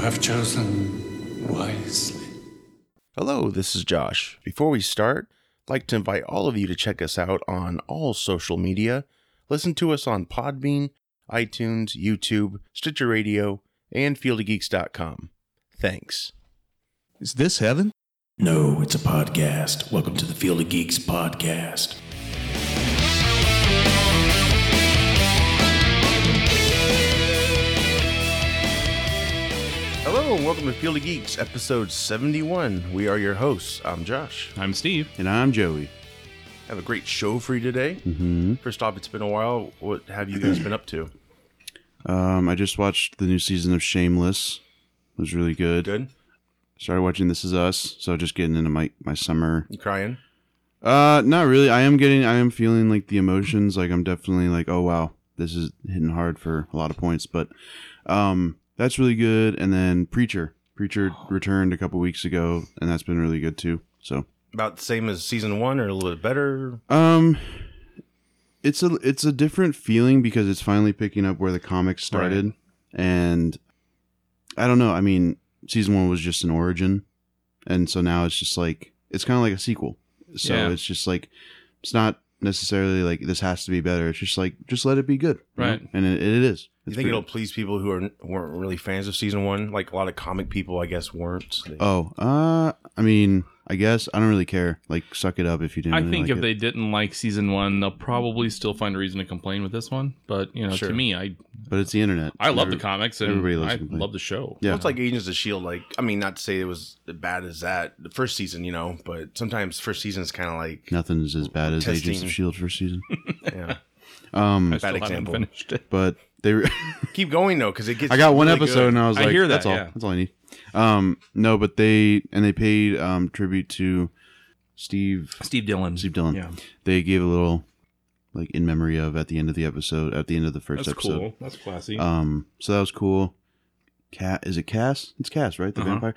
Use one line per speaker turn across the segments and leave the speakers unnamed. have chosen wisely.
Hello, this is Josh. Before we start, I'd like to invite all of you to check us out on all social media. Listen to us on Podbean, iTunes, YouTube, Stitcher Radio, and fieldofgeeks.com. Thanks.
Is this heaven?
No, it's a podcast. Welcome to the Field of Geeks podcast.
Hello, and welcome to Field of Geeks, episode 71. We are your hosts. I'm Josh.
I'm Steve.
And I'm Joey.
I have a great show for you today.
Mm-hmm.
First off, it's been a while. What have you guys been up to?
Um, I just watched the new season of Shameless. It was really good.
Good?
Started watching This Is Us, so just getting into my my summer.
You crying?
Uh, not really. I am getting. I am feeling like the emotions. Like I'm definitely like, oh wow, this is hitting hard for a lot of points. But, um, that's really good. And then Preacher, Preacher returned a couple weeks ago, and that's been really good too. So
About the same as season one or a little bit better?
Um, it's a it's a different feeling because it's finally picking up where the comics started, and I don't know. I mean, season one was just an origin, and so now it's just like it's kind of like a sequel. So
Yeah.
it's just like it's not necessarily like this has to be better. It's just like just let it be good, you know?
Right.
And it, it is.
You
It's
think
pretty-
it'll please people who are, weren't really fans of season one? Like a lot of comic people, I guess, weren't. They-
Oh, uh, I mean, I guess I don't really care. Like, suck it up if you didn't.
I
really
think
like
if
it.
they didn't like season one, they'll probably still find a reason to complain with this one. But you know,
Sure.
to me, I
but it's the internet.
I love
Every-
the comics and
everybody loves
I
to complain.
love the show.
Yeah.
Well, it's like Agents of Shield. Like, I mean, not to say it was as bad as that the first season, you know, but sometimes first season is kind of like
Nothing's as bad as Agents
Testing.
of Shield first season.
yeah.
Um,
I still haven't
example.
finished it.
but they, were-
keep going though because it gets.
I got one
really
episode
good.
and I was
I
like,
hear that,
that's all.
yeah.
That's all I need. Um, no, but they and they paid um tribute to Steve
Steve Dillon.
Steve Dillon.
Yeah,
They gave a little like in memory of at the end of the episode, at the end of the first
that's
episode.
cool. That's classy.
Um, so that was cool. Cat is it Cass? It's Cass, right? The
Uh-huh.
vampire.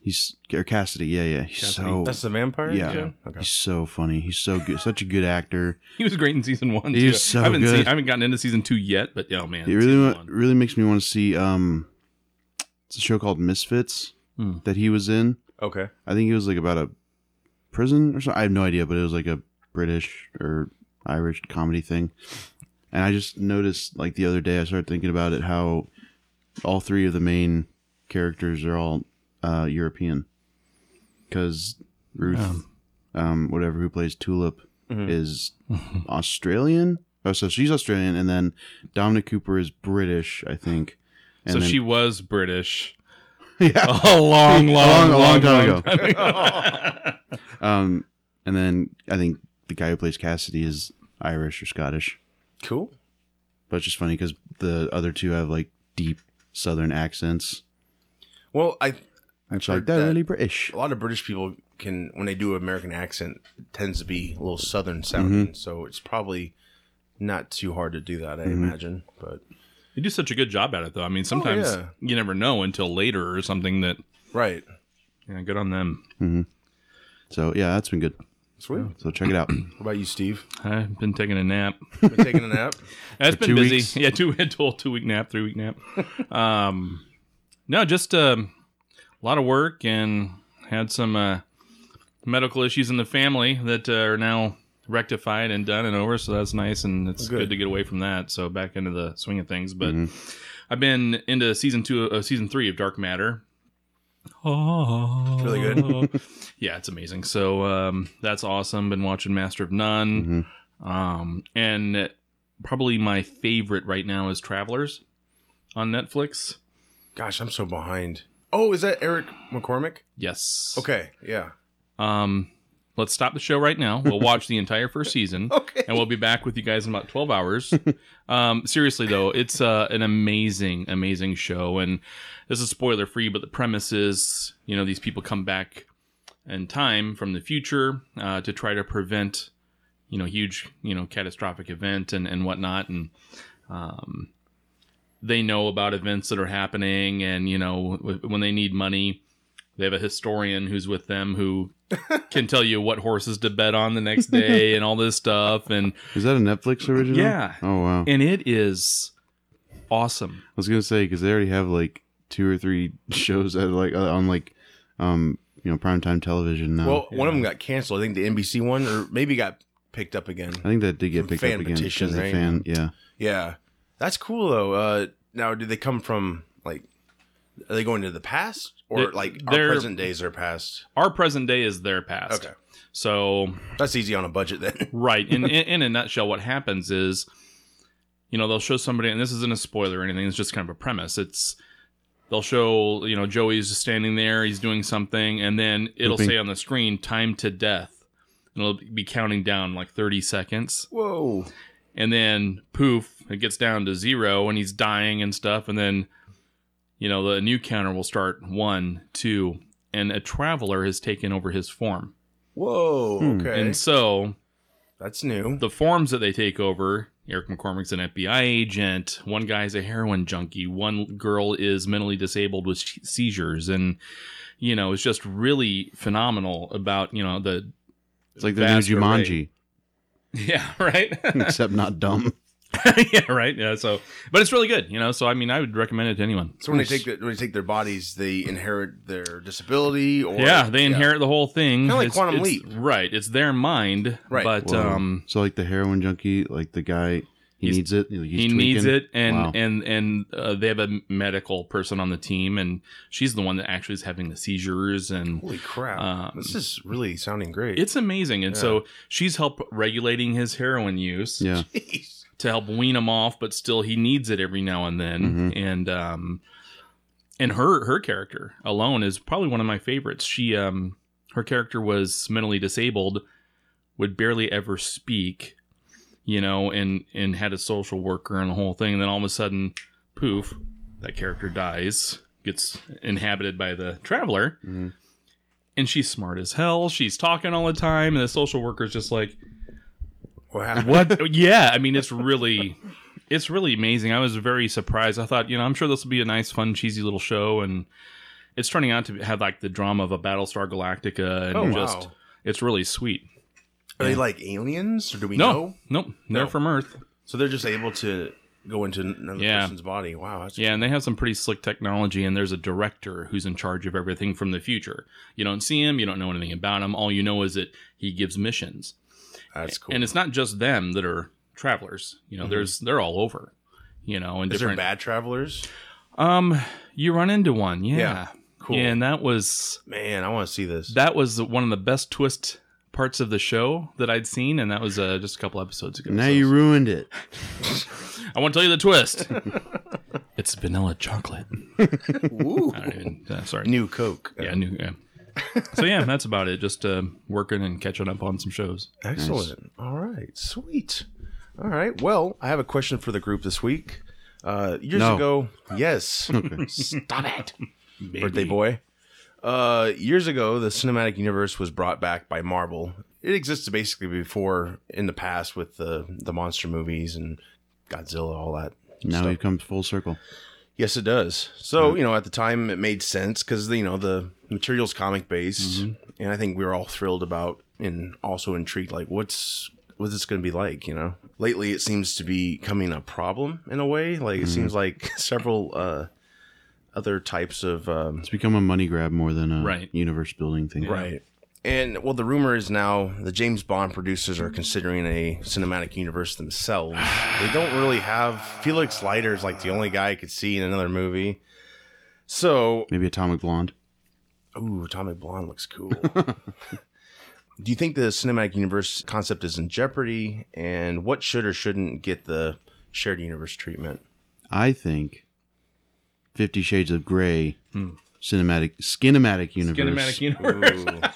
He's or Cassidy. Yeah, yeah. He's
Cassidy.
so
That's the vampire.
Yeah.
Okay.
he's so funny. He's so good. Such a good actor.
he was great in season one.
He
too.
was so
I haven't
good.
Seen, I haven't gotten into season two yet, but oh man,
It really
season
wa-
one.
really makes me want to see um it's a show called Misfits
Hmm.
that he was in.
Okay.
I think it was like about a prison or something. I have no idea, but it was like a British or Irish comedy thing. And I just noticed like the other day I started thinking about it how all three of the main characters are all uh European. Cuz Ruth um, whatever who plays Tulip is Australian. Oh, so she's Australian and then Dominic Cooper is British, I think. And
so
then-
she was British
yeah.
a long, long, long,
a long time ago.
ago.
Um, and then I think the guy who plays Cassidy is Irish or Scottish,
Cool.
but it's just funny because the other two have like deep Southern accents.
Well, I
It's
Heard
like they're
that.
really British.
a lot of British people can when they do American accent it tends to be a little southern sounding,
Mm-hmm.
so it's probably not too hard to do that. I
Mm-hmm.
imagine, but
they do such a good job at it, though. I
Oh,
mean, sometimes
yeah.
you never know until later or something that.
right.
Yeah, good on them.
So yeah, that's been good.
Sweet. What
So check it out.
about you, Steve?
I've been taking a nap.
Been taking a nap.
That's
For
been
two
busy.
weeks?
Yeah, two total two week nap, three week nap. um, no, just um, a lot of work and had some uh, medical issues in the family that uh, are now rectified and done and over. So that's nice, and it's good,
Good.
to get away from that. So back into the swing of things. But
Mm-hmm.
I've been into season two, uh, season three of Dark Matter. Oh,
Really good.
yeah, it's amazing. So um, that's awesome. Been watching Master of None.
Mhm.
Mm-hmm.
Um, and probably my favorite right now is Travelers on Netflix.
Gosh, I'm so behind. Oh, is that Eric McCormick?
Yes.
Okay, yeah.
Um, let's stop the show right now. We'll watch the entire first season.
Okay.
And we'll be back with you guys in about 12 hours. um, seriously, though, it's uh, an amazing, amazing show. And this is spoiler free, but the premise is you know, these people come back in time from the future uh, to try to prevent, you know, huge, you know, catastrophic event and, and whatnot. And, um, they know about events that are happening and, you know, w- when they need money, they have a historian who's with them who can tell you what horses to bet on the next day and all this stuff. And
Is that a Netflix original?
Yeah.
Oh wow. I
and it is awesome.
was gonna say because they already have like two or three shows that are like uh, on like um you know primetime television now.
well, one of them got canceled. I think the NBC one, or maybe got picked up again.
I think that did get
From
picked
fan
up again
petition,
because of
right?
fan. Yeah,
Yeah, that's cool though. Uh, now, do they come from like? Are they going to the past, or
They're-
like our
they're-
present days are past?
Our present day is their past.
Okay,
So
that's easy on a budget then.
Right. In, in in a nutshell, what happens is, you know, they'll show somebody, and this isn't a spoiler or anything. It's just kind of a premise. It's they'll show you know Joey's just standing there, he's doing something, and then it'll
Pooping.
say on the screen time to death, and it'll be counting down like thirty seconds,
Whoa!
and then poof, it gets down to zero, and he's dying and stuff, and then you know the new counter will start one, two, and a traveler has taken over his form,
Whoa! Okay,
Hmm, and so
that's new.
the forms that they take over Eric McCormick's an FBI agent. One guy's a heroin junkie. One girl is mentally disabled with sh- seizures, and you know it's just really phenomenal about you know the
it's like the new
vast array.
Jumanji,
Yeah, right.
except not dumb.
yeah, right. Yeah. So, but it's really good. You know, so I mean, I would recommend it to anyone.
So when they take the, when they take their bodies, they inherit their disability, or
yeah, they inherit the whole thing.
Kinda like
It's-
Quantum
it's-
Leap.
right? It's their mind,
Right.
But
Whoa.
um,
so like the heroin junkie, like the guy, he
He's-
needs it. He's
he needs
tweaking.
it and
Wow.
and and uh, they have a medical person on the team and she's the one that actually is having the seizures and
Holy crap!
Um,
this is really sounding great.
it's amazing and so she's help regulating his heroin use
Yeah,
Jeez.
to help wean him off but still he needs it every now and then and um and her her character alone is probably one of my favorites she um her character was mentally disabled would barely ever speak you know and and had a social worker and the whole thing and then all of a sudden poof that character dies gets inhabited by the traveler
Mhm.
and she's smart as hell she's talking all the time and the social worker's just like
What happened?
what? yeah, I mean, it's really, it's really amazing. I was very surprised. I thought, you know, I'm sure this will be a nice, fun, cheesy little show, and it's turning out to have like the drama of a Battlestar Galactica, and
Oh, wow.
just it's really sweet.
Are they like aliens, or do we know?
No, nope, they're
No.
from Earth.
So they're just able to go into another
Yeah.
person's body. Wow, that's
Yeah, and they have some pretty slick technology, and there's a director who's in charge of everything from the future. You don't see him, you don't know anything about him. All you know is that he gives missions.
that's cool. Mm-hmm.
And it's not just them that are travelers. You know, there's they're all over. You know, and
is there
different
bad travelers?
Um, you run into one, yeah.
Yeah, cool.
Yeah, and that was
Man, I want to see this.
that was one of the best twist parts of the show that I'd seen, and that was uh, just a couple episodes ago.
now
So-
you ruined it.
I want to tell you the twist. it's vanilla chocolate. I don't even. Uh, sorry.
New Coke.
yeah, new. Yeah. so yeah, that's about it. Just uh, working and catching up on some shows.
Excellent. All right. Sweet. All right. Well, I have a question for the group this week. Uh, years
No.
ago, yes. Stop it, birthday boy. Uh, years ago, the cinematic universe was brought back by Marvel. It existed basically before in the past with the the monster movies and Godzilla, all that
Now we've come full circle.
Yes, it does. So you know, at the time, it made sense because you know the material's comic based, and I think we were all thrilled about and also intrigued. Like, what's what's this going to be like? You know, lately it seems to be coming a problem in a way. Like, it seems like several uh, other types of um,
It's become a money grab more than a
Right.
universe building thing.
Right. And well, the rumor is now the James Bond producers are considering a cinematic universe themselves. they don't really have Felix Leiter is like the only guy I could see in another movie. So,
Maybe Atomic Blonde.
ooh, Atomic Blonde looks cool. Do you think the cinematic universe concept is in jeopardy? And what should or shouldn't get the shared universe treatment?
I think Fifty Shades of Grey
Hmm.
cinematic skinematic universe.
Kinematic universe.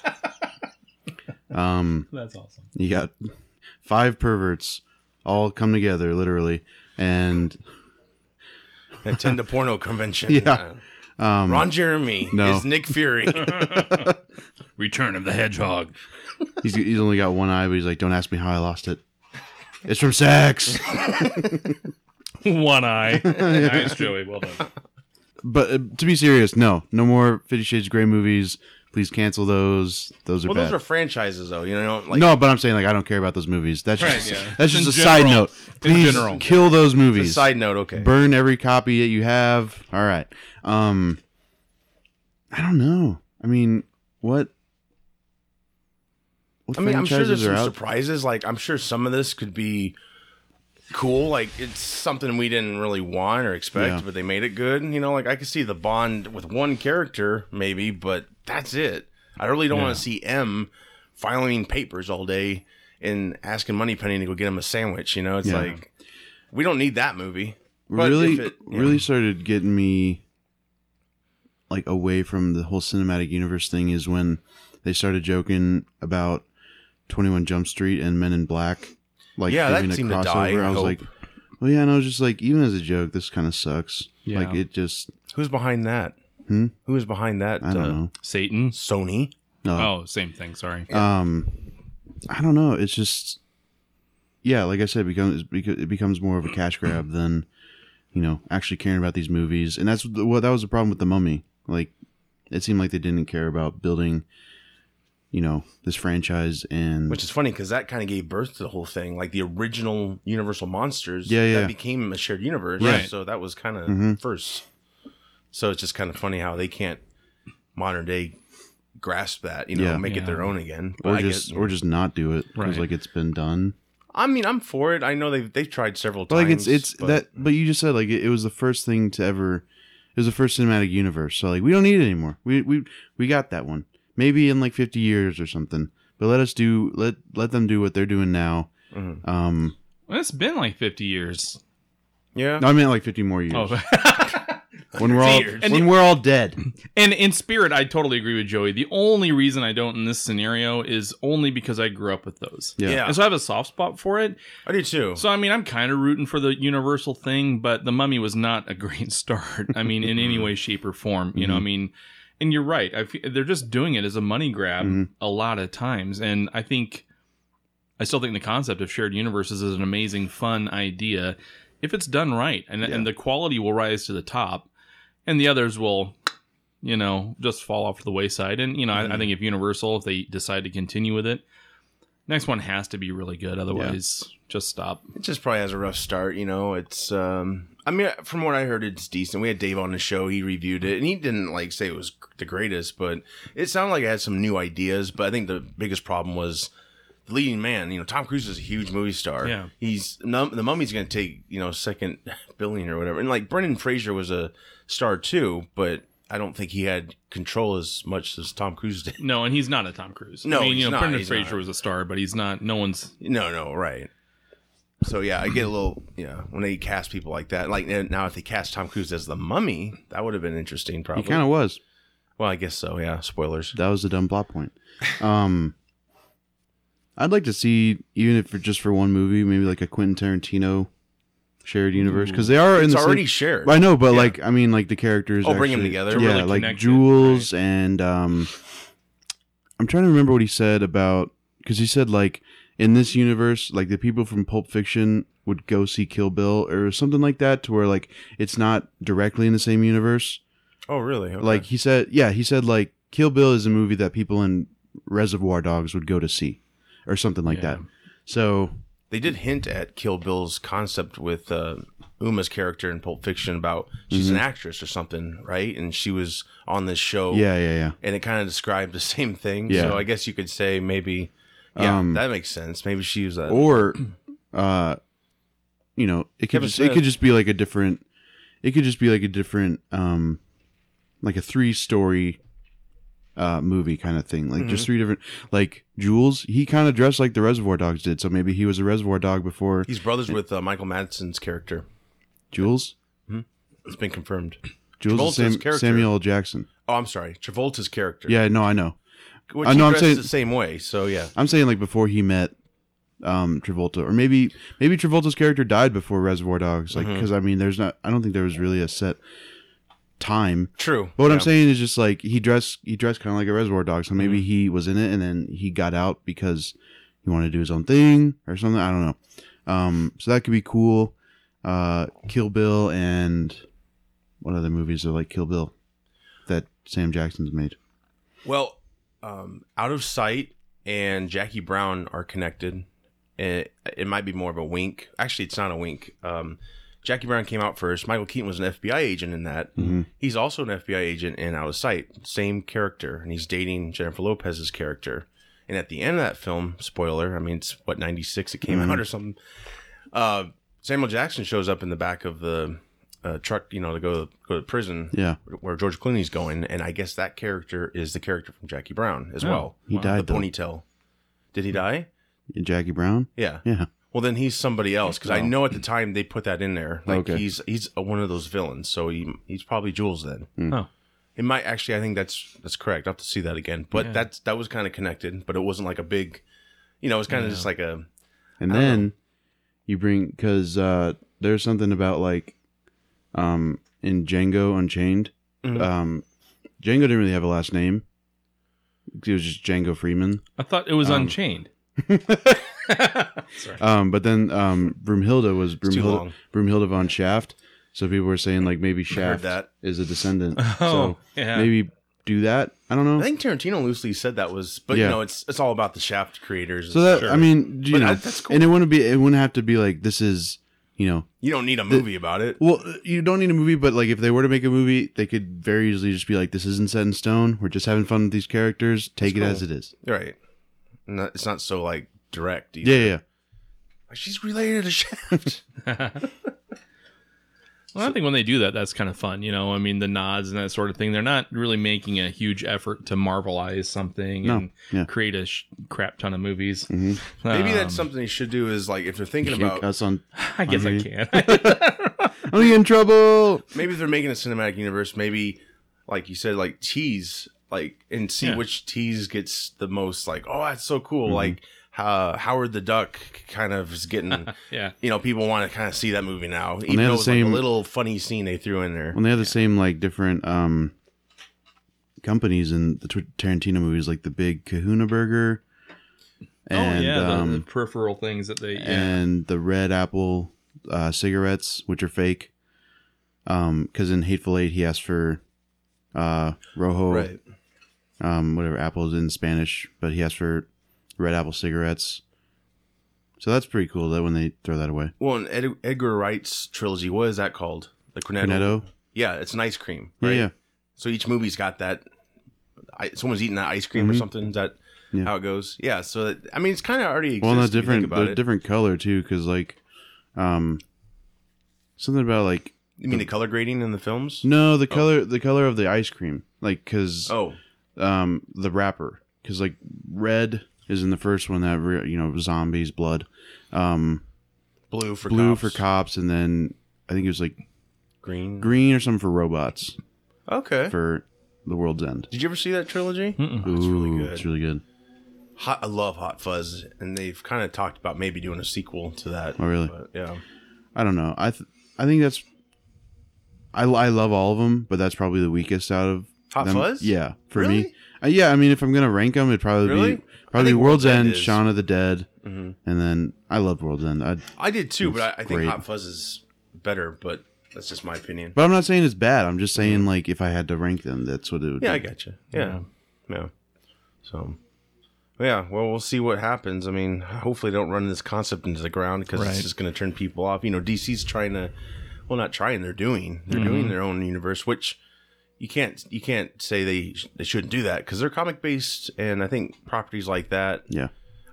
Ooh.
um,
That's awesome.
you got five perverts all come together literally, and
Attend the porno convention.
Yeah. um,
Ron Jeremy
No.
is Nick Fury.
Return of the Hedgehog.
he's he's only got one eye, but he's like, "Don't ask me how I lost it. It's from sex."
One eye. nice, Joey. Well done.
but uh, to be serious, no, no more Fifty Shades of Grey movies. Please cancel those. Those are
Well,
bad.
those are franchises, though. You know, like
no, but I'm saying like I don't care about those movies. That's
Right,
just
yeah.
that's
In
just a
general.
side note.
In
Please
general.
kill
it's
those
a
movies.
side note. Okay,
Burn every copy that you have. All right. Um, I don't know. I mean, what? what
I mean, I'm sure there's
franchises are
some
out-
surprises. Like, I'm sure some of this could be cool. Like, it's something we didn't really want or expect,
Yeah.
but they made it good. You know, like I could see the bond with one character maybe, but that's it. I really don't want to see M filing papers all day and asking Moneypenny to go get him a sandwich. You know, it's
Yeah.
like we don't need that movie. But
really
if it- yeah.
really started getting me like away from the whole cinematic universe thing is when they started joking about 21 Jump Street and Men in Black like
Yeah, that
having a
seemed to
crossover
die, I
I was
hope.
like well yeah and I was just like even as a joke this kind of sucks
Yeah.
like it just
Who's behind that?
Hmm?
Who is behind that?
I don't
uh,
know
Satan.
Sony.
no
Oh, same thing. Sorry.
um i don't know it's just yeah like i said it becomes it becomes more of a cash grab than you know actually caring about these movies and that's what well, that was the problem with the mummy like it seemed like they didn't care about building you know this franchise and
Which is funny because that kind of gave birth to the whole thing, like the original Universal monsters.
Yeah, yeah.
That became a shared universe.
Right.
So that was kind of
Mhm.
first. So it's just kind of funny how they can't modern day grasp that, you know,
Yeah.
make it
Yeah.
their own again. But
or
I
just
get-
or just not do it because
Right.
like it's been done
I mean, I'm for it. I know they've they've tried several
But
times.
like it's it's
but-
that but you just said like it, it was the first thing to ever it was the first cinematic universe so like we don't need it anymore we we we got that one maybe in like 50 years or something but let us do let let them do what they're doing now
Mhm.
um
Well, it's been like 50 years.
yeah.
no, i meant like 50 more years
Oh.
when we're all
years.
when we're all dead
And in spirit, I totally agree with Joey. The only reason I don't in this scenario is only because I grew up with those.
yeah,
Yeah.
And so I have a soft spot for it.
I do too.
So I mean, I'm kind of rooting for the Universal thing, but the Mummy was not a great start. I mean, in any way, shape, or form. You know, I mean, and you're right. I fe- they're just doing it as a money grab
Mhm.
a lot of times, and I think I still think the concept of shared universes is an amazing, fun idea if it's done right, and and the quality will rise to the top, and the others will. You know, just fall off to the wayside. And, you know, I, I think if Universal, if they decide to continue with it, next one has to be really good. Otherwise, just stop.
It just probably has a rough start, you know. It's um I mean from what I heard it's decent. We had Dave on the show, he reviewed it and he didn't like say it was the greatest, but it sounded like it had some new ideas, but I think the biggest problem was the leading man, you know, Tom Cruise is a huge movie star.
Yeah.
He's num- the mummy's going to take, you know, second billion or whatever. And like Brendan Fraser was a star too, but I don't think he had control as much as Tom Cruise did.
No, and he's not a Tom Cruise.
No,
I mean,
he's
you know,
not,
Brendan
he's
Fraser
not.
was a star, but he's not. No one's.
No, no, right. So yeah, I get a little yeah when they cast people like that. Like n- now, if they cast Tom Cruise as the Mummy, that would have been interesting.
he
Probably.
kind of was
well, I guess so. Yeah. Spoilers.
that was a dumb plot point um i'd like to see even if for just for one movie maybe like a quentin tarantino shared universe because they are in
It's
the same-
already shared.
I know, but
Yeah.
like I mean, like the characters.
Oh, bring 'em
actually-
together. To
Yeah,
really
like
connect it,
Jules and um, I'm trying to remember what he said about because he said like in this universe, like the people from Pulp Fiction would go see Kill Bill or something like that, to where like it's not directly in the same universe.
Oh, really? Okay.
Like he said, yeah, he said like Kill Bill is a movie that people in Reservoir Dogs would go to see, or something like
Yeah.
that. So
they did hint at Kill Bill's concept with uh, Uma's character in Pulp Fiction about she's
Mm-hmm.
an actress or something, right? And she was on this show.
yeah, yeah, yeah.
And it kind of described the same thing.
Yeah.
So I guess you could say maybe. Yeah,
Um,
that makes sense. Maybe she was a.
or uh you know it could
Kevin
just, it
Smith.
could just be like a different it could just be like a different um like a three story uh movie kind of thing like
Mm-hmm.
just three different like jules he kind of dressed like the reservoir dogs did so maybe he was a reservoir dog before
He's brothers with uh, Michael Madsen's character.
jules
It's been confirmed.
jules
Travolta's
is Sam,
character.
samuel L. jackson
Oh, I'm sorry, Travolta's character.
yeah no i know
which
I
he
know, I'm
dressed
saying-
the same way. So yeah,
i'm saying like before he met um travolta or maybe maybe travolta's character died before reservoir dogs like
Mm-hmm.
because i mean there's not i don't think there was really a set time
true.
But what I'm
Yeah.
saying is just like he dressed he dressed kind of like a Reservoir Dog, so maybe he was in it and then he got out because he wanted to do his own thing or something. I don't know. Um, so that could be cool. Uh, Kill Bill and what other movies are like Kill Bill that Sam Jackson's made?
Well, um, Out of Sight and Jackie Brown are connected. It, it might be more of a wink. Actually, it's not a wink. Um, Jackie Brown came out first. Michael Keaton was an FBI agent in that. He's also an FBI agent in Out of Sight, same character, and he's dating Jennifer Lopez's character. And at the end of that film, spoiler, I mean, it's what, 96 it came out or something. Uh, Samuel Jackson shows up in the back of the uh, truck, you know, to go go to prison
Yeah.
where George Clooney's going, and I guess that character is the character from Jackie Brown as
Oh,
well.
He
Wow.
The
died though.
ponytail. Did he die?
Jackie Brown.
Yeah.
Yeah. Oh.
Well, then he's somebody else because I know at the time they put that in there. Like
Okay.
he's he's a- one of those villains, so he he's probably Jules then.
Hmm.
Oh.
It might actually, I think that's that's correct. I will have to see that again, but
Yeah.
that's that was kind of connected, but it wasn't like a big, you know, it was kind of just like a
And
I don't
then you bring because uh, there's something about like um, in Django Unchained.
Mhm.
Um, Django didn't really have a last name. He was just Django Freeman.
I thought it was
Um,
Unchained.
Um, but then um, Broomhilda was
too
Broomhilda,
long.
Broomhilda von Shaft. So people were saying like maybe Shaft
that.
is a descendant.
Oh,
so
yeah.
maybe do that. I don't know.
I think Tarantino loosely said that was, but you
Yeah.
know, it's it's all about the Shaft creators.
so that
Sure.
I mean, you
But
know,
that- that's cool.
and it wouldn't be it wouldn't have to be like this is you know
you don't need a movie about it.
Well, uh, you don't need a movie, but like if they were to make a movie, they could very easily just be like, "This isn't set in stone. We're just having fun with these characters. Take it as it is."
Right. Not, it's not so like direct. Either.
Yeah, yeah, yeah.
She's related to Shaft.
Well, I think when they do that, that's kind of fun. You know, I mean, the nods and that sort of thing. They're not really making a huge effort to marvelize something
No,
and
yeah. Mm-hmm.
create a sh- crap ton of movies.
Maybe
Um,
that's something you should do is like if they're thinking
You can't
about
cuss on.
I guess I
on
can.
I'm gonna get in trouble.
maybe if they're making a cinematic universe, maybe like you said, like tease like and see
Yeah.
which tease gets the most like, oh that's so
Mm-hmm.
cool. Like uh, Howard the Duck kind of is getting
yeah.
you know, people want to kind of see that movie now.
they
Even
have
though
the
it's like a
same-
little funny scene they threw in there.
When they have the same like different um companies in the Tar- Tarantino movies, like the big Kahuna Burger, and
oh yeah, the- the,
um,
peripheral things that they. Yeah.
and the Red Apple uh, cigarettes, which are fake. Um, because in Hateful Eight, he asked for uh Rojo
Right.
um, whatever apples in Spanish, but he asked for red apple cigarettes. So that's pretty cool that when they throw that away.
Well in Ed- Edgar Wright's trilogy, what is that called? The Cornetto.
Cornetto?
Yeah, it's an ice cream.
Yeah,
Right?
yeah.
So each movie's got that. I, someone's eating that ice cream or something. Is that
Mm-hmm. Yeah.
how it goes? Yeah. So that, I mean, it's kind of already exists
Well, not
if you think
different,
about
the
it.
different color too, because like, um, something about like
You mean the color grading in the films?
no, the color, the color of the ice cream, like because
Oh,
um the wrapper, because like red is in the first one that re- you know zombies blood, um
blue for
blue
cops,
for cops, and then I think it was like
green.
green or something for robots
Okay.
for the world's end.
Did you ever see that trilogy?
Ooh,
it's really good.
It's really good.
Hot, I love Hot Fuzz, and they've kind of talked about maybe doing a sequel to that.
Oh, really?
But, yeah.
I don't know. I th- I think that's I, I love all of them, but that's probably the weakest out of
Hot
them.
Fuzz?
Yeah, for me.
Really?
Uh, yeah, I mean, if I'm gonna rank them, it'd probably
Really?
be
I
probably
think World's
World's
End
End,
is- Mm-hmm.
Shaun of the Dead, and then I love World's End. I,
I did too, but I, I think
great.
Hot Fuzz is better. But that's just my opinion.
but I'm not saying it's bad. I'm just saying like if I had to rank them, that's what it would.
Mm-hmm. Yeah, I
be.
gotcha. Yeah. Yeah. So, yeah, well, we'll see what happens. I mean, hopefully, they don't run this concept into the ground because
Right.
it's just going to turn people off. You know, DC's trying to, well, not trying, they're doing. They're doing their own universe, which. You can't you can't say they sh- they shouldn't do that because they're comic based and I think properties like that
yeah.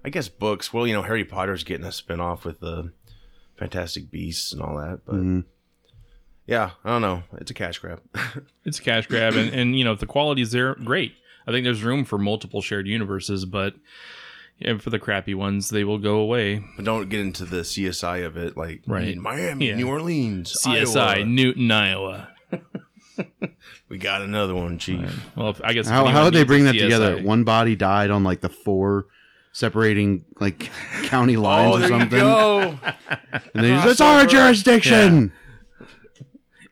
I guess books well you know Harry Potter's getting a spin off with the Fantastic Beasts and all that but
Mhm.
yeah I don't know it's a cash grab
it's a cash grab and, and you know if the quality's there great i think there's room for multiple shared universes but yeah, for the crappy ones they will go away
But don't get into the CSI of it, like
Right.
in Miami,
Yeah.
New Orleans,
csi
Iowa.
newton iowa
We got another one, Chief.
well if, i guess if
How
anyone
how would they
needs
bring
a
that
CSI
together? One body died on like the four separating like county lines or something,
Oh, go.
and they just, it's our jurisdiction.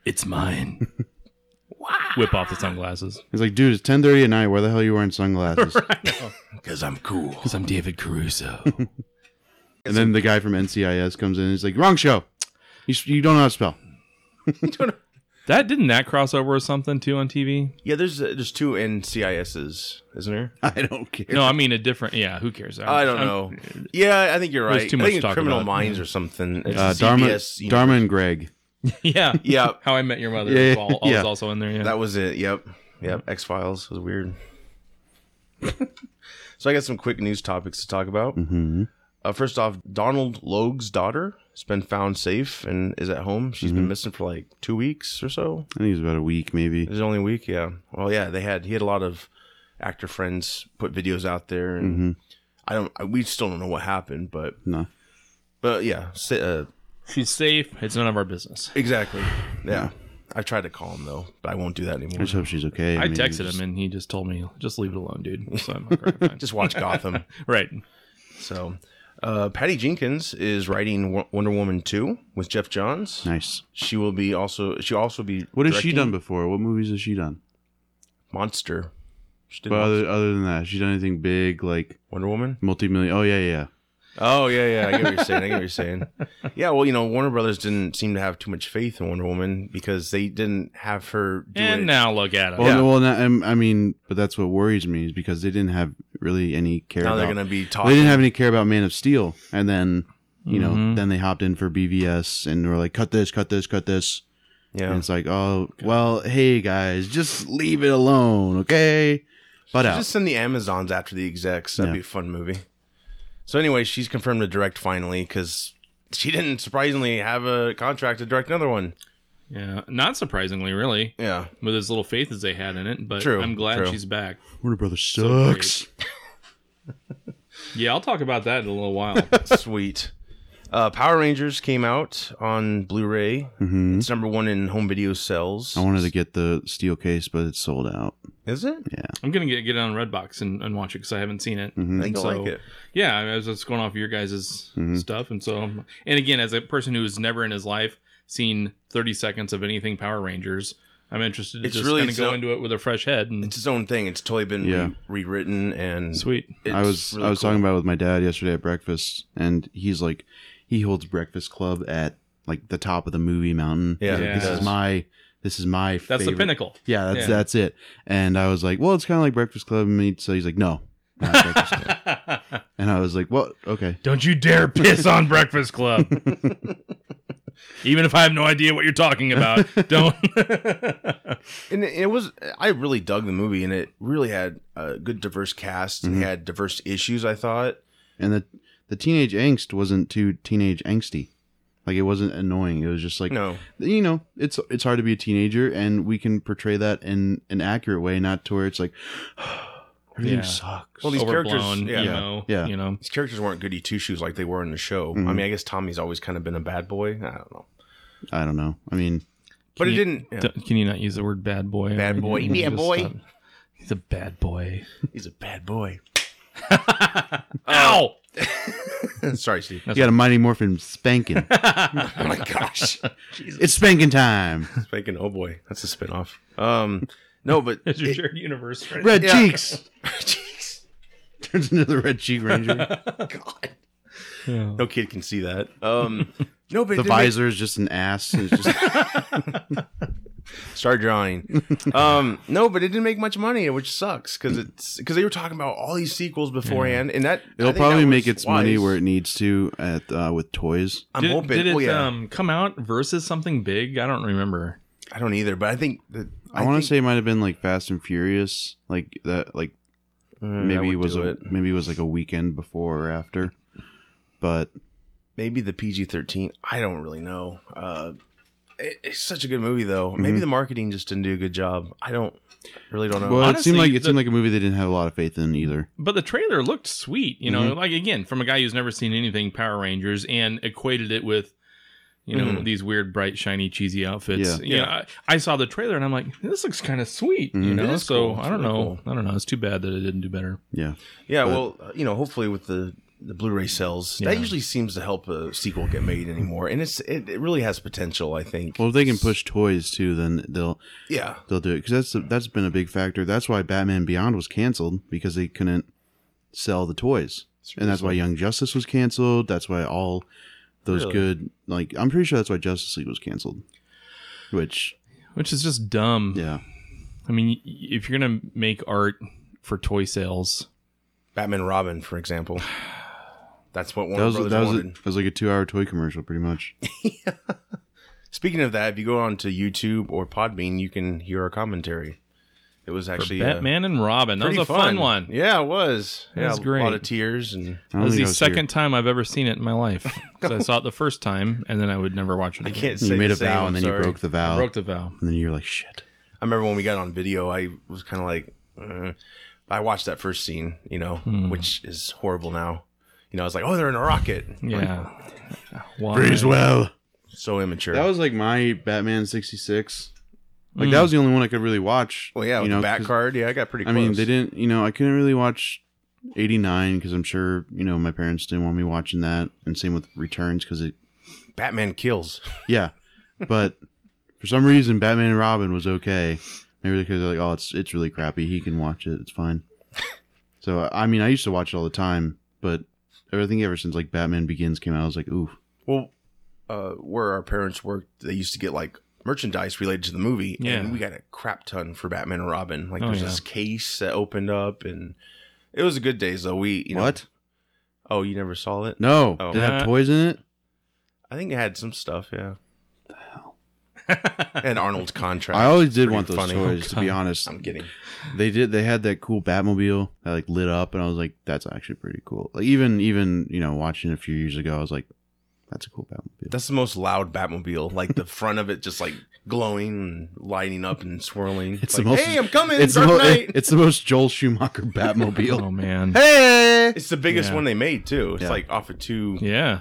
it's mine whip off the sunglasses
It's like, dude, it's ten thirty at night. Where the hell are you wearing sunglasses?
Because I'm cool.
because i'm david caruso
And then the guy from NCIS comes in and he's like, wrong show. You, s- you don't know how to spell.
That didn't that crossover or something too on TV?
Yeah, there's uh, there's two NCISs, isn't there?
I don't care.
No, I mean a different. Yeah, who cares?
I don't
I'm-
know. Yeah, I think you're right.
There's too much
I think it's
talk
Criminal
about.
Minds or something. It's
Uh,
CBS,
Dharma,
you know.
Dharma and Greg.
Yeah,
Yeah,
How I Met Your Mother
Yeah,
is all, all
yeah.
is also in there. Yeah,
that was it. Yep, yep. X Files was weird. so I got some quick news topics to talk about.
Mm-hmm.
Uh, first off, Donald Logue's daughter has been found safe and is at home. She's
Mm-hmm.
been missing for like two weeks or so.
I think it was about a week, maybe.
It was only a week, yeah. Well, yeah, they had he had a lot of actor friends put videos out there, and I don't. I- We still don't know what happened, but
Mm-hmm. No.
but yeah, sa- uh,
she's safe. It's none of our business.
exactly. Yeah, I tried to call him though, but I won't do that
I
anymore.
just hope she's okay.
I,
mean,
texted
just-
him and he just told me, "Just leave it alone, dude." So I'm like, "All right, fine."
Just watch Gotham.
right.
So, uh, Patty Jenkins is writing Wo- Wonder Woman two with Jeff Johns.
Nice.
She will be also. She will also be.
What has she
directing
done before? What movies has she done?
Monster. She did
But
Monster.
other, other than that, has she done anything big like
Wonder Woman.
multi-million? Oh yeah, yeah.
Oh yeah, yeah. I get what you're saying. I get what you're saying. Yeah, well, you know, Warner Brothers didn't seem to have too much faith in Wonder Woman because they didn't have her do
And
it.
now look at it.
Well,
Yeah.
no, well, no, I'm- I mean, but that's what worries me is because they didn't have really any care.
now they're
about-
gonna be
they
talking.
didn't have any care about Man of Steel, and then you know,
Mm-hmm.
Mhm.
then they hopped in for BVS and were like, cut this, cut this, cut this, and
yeah.
it's like, oh, well, hey guys, just leave it alone, okay? But out.
Just send the Amazons after the execs. That'd
Yeah.
be a fun movie. So anyway, she's confirmed to direct finally because she didn't surprisingly have a contract to direct another one.
yeah, not surprisingly, really,
Yeah.
with as little faith as they had in it. But
True,
I'm glad
true.
she's back.
Warner Brothers
So
sucks.
Yeah, I'll talk about that in a little while.
Sweet. Uh, Power Rangers came out on Blu-ray.
hmm
It's number one in home video sales.
I wanted to get the steel case, but it's sold out.
Is it?
I'm gonna get get it on Redbox and, and watch it because I haven't seen it.
Mm-hmm.
I think I
So-
like it.
Yeah, I was just going off your guys'
Mm-hmm.
stuff, and so I'm- and again, as a person who has never in his life seen 30 seconds of anything Power Rangers, I'm interested to
It's
just
really
kind of go
so-
into it with a fresh head. And
It's its own thing. It's totally been
Yeah.
re- rewritten and
sweet.
It's
I was
really
I was
cool.
talking about it with my dad yesterday at breakfast, and he's like, he holds Breakfast Club at like the top of the movie mountain.
Yeah,
He's like,
he
this
does.
is my this is my
That's the
favorite."
pinnacle.
Yeah, that's
Yeah.
that's it. And I was like, well, it's kind of like Breakfast Club meets. So he's like, no. not Breakfast Club." and I was like, well, okay.
Don't you dare piss on Breakfast Club. Even if I have no idea what you're talking about, don't.
And it it was I really dug the movie, and it really had a good diverse cast.
Mm-hmm.
and It had diverse issues. I thought.
And the the teenage angst wasn't too teenage angsty. Like it wasn't annoying. It was just like
No,
you know, it's it's hard to be a teenager, and we can portray that in an accurate way, not to where it's like everything
Yeah.
sucks.
well these characters,
Overblown,
yeah,
you know.
Yeah.
You know.
these characters weren't goody two shoes like they were in the show. I
Mhm.
mean, I guess Tommy's always kind of been a bad boy. I don't know,
I don't know. I mean,
but it
you-
didn't. yeah.
Don't- Can you not use the word bad boy?
Bad boy.
You can
Yeah,
just
boy.
stop. He's a bad boy.
He's a bad boy. Oh.
Ow!
Sorry, Steve.
you got a Mighty Morphin spanking.
Oh my gosh,
it's spanking time.
Speaking. Oh boy, that's a spinoff. Um, no, but
It's your
it-
shared universe, right?
Red
Yeah.
cheeks turns into the Red Cheek Ranger.
Yeah.
no kid can see that. Um, no, but it
The
did make-
visor is just an ass. and It's just,
start drawing. um, no, but it didn't make much money, which sucks because it's because they were talking about all these sequels beforehand, and that I
it'll
think that
probably
was
make its money
wise.
where it needs to at uh, with toys.
I'm
did, it-
hoping.
did it
oh, yeah.
um, come out versus something big? I don't remember.
I don't either, but I think that,
I, want to
think-
say it might have been like Fast and Furious, like that, like
Uh, that
maybe
would
it was
do
a,
it.
maybe it was like a weekend before or after. But
maybe the PG thirteen. I don't really know. Uh, it, it's such a good movie though.
Mm-hmm.
Maybe the marketing just didn't do a good job. I don't really don't know.
Well, it
Honestly,
seemed like it
the-
seemed like a movie they didn't have a lot of faith in either.
But the trailer looked sweet, you
Mm-hmm.
know, like again, from a guy who's never seen anything Power Rangers and equated it with, you know,
Mhm.
these weird, bright, shiny, cheesy outfits.
Yeah.
You know, I, I saw the trailer and I'm like, this looks kind of sweet, you
Mhm.
know?
It is
So
cool. It's
I don't
really
know. I don't know. It's too bad that it didn't do better.
Yeah,
yeah,
but-
well, uh, you know, hopefully with the the Blu-ray sales,
Yeah.
that usually seems to help a sequel get made anymore, and it's it, it really has potential. I think.
well, if they can push toys too, then they'll
yeah,
they'll do it because that's that's been a big factor. That's why Batman Beyond was canceled because they couldn't sell the toys, and that's why Young Justice was canceled. That's why all those
Really?
good like I'm pretty sure that's why Justice League was canceled, which
which is just dumb.
Yeah.
I mean, y- if you're gonna make art for toy sales,
Batman and Robin, for example. That's what
That
Warner
was
Brothers
that was,
wanted.
that was like a two hour toy commercial, pretty much.
Speaking of that, if you go on to YouTube or Podbean, you can hear our commentary. It was actually uh,
Batman and Robin. That was
pretty
a fun, one.
Yeah, it was.
That
yeah,
was
A
great.
lot of tears and
I
That
don't
was
think
the
I was here.
second time I've ever seen it in my life. 'Cause I saw it the first time, and then I would never watch it. Again.
can't say
You made
the
a
same,
vow
I'm
and then
sorry.
you broke the vow.
I broke the vow.
and then you're like, shit.
I remember when we got on video, I was kind of like, uh, I watched that first scene, you know,
Hmm.
which is horrible now. You know, I was like, oh, they're in a rocket.
Yeah. Why?
well.
So immature.
That was like my Batman '66. Like that was the only one I could really watch.
Hmm. well, yeah, with
you know,
the back
'cause-
card. Yeah, I got pretty
I
close.
mean, they didn't. You know, I couldn't really watch '89 because I'm sure you know my parents didn't want me watching that, and same with Returns because it.
Batman kills.
Yeah, but for some reason, Batman and Robin was okay. Maybe because they're like, oh, it's it's really crappy. He can watch it. It's fine. So I mean, I used to watch it all the time, but everything ever since like Batman Begins came out, I was like, ooh,
Well, uh, where our parents worked, they used to get like merchandise related to the movie.
Yeah.
And we got a crap ton for Batman and Robin. Like
Oh,
there's
yeah.
this case that opened up and it was a good days though. We you know-
what?
oh, you never saw it?
No,
Oh.
did it have toys in it?
I think it had some stuff, yeah. and Arnold's contract.
I always did
Pretty
want those
funny. Oh,
toys. To be honest,
I'm kidding.
they did. They had that cool Batmobile that like lit up, and I was like, "That's actually pretty cool." Like even even you know watching it a few years ago, I was like, "That's a cool Batmobile."
That's the most loud Batmobile. Like the front of it just like glowing and lighting up and swirling.
It's
like,
the most-
hey, I'm coming.
it's
It's
the
Dark
mo-
Knight.
it's the most Joel Schumacher Batmobile.
Oh man.
hey,
It's the biggest
Yeah.
one they made too. It's
Yeah.
like off of two
Yeah.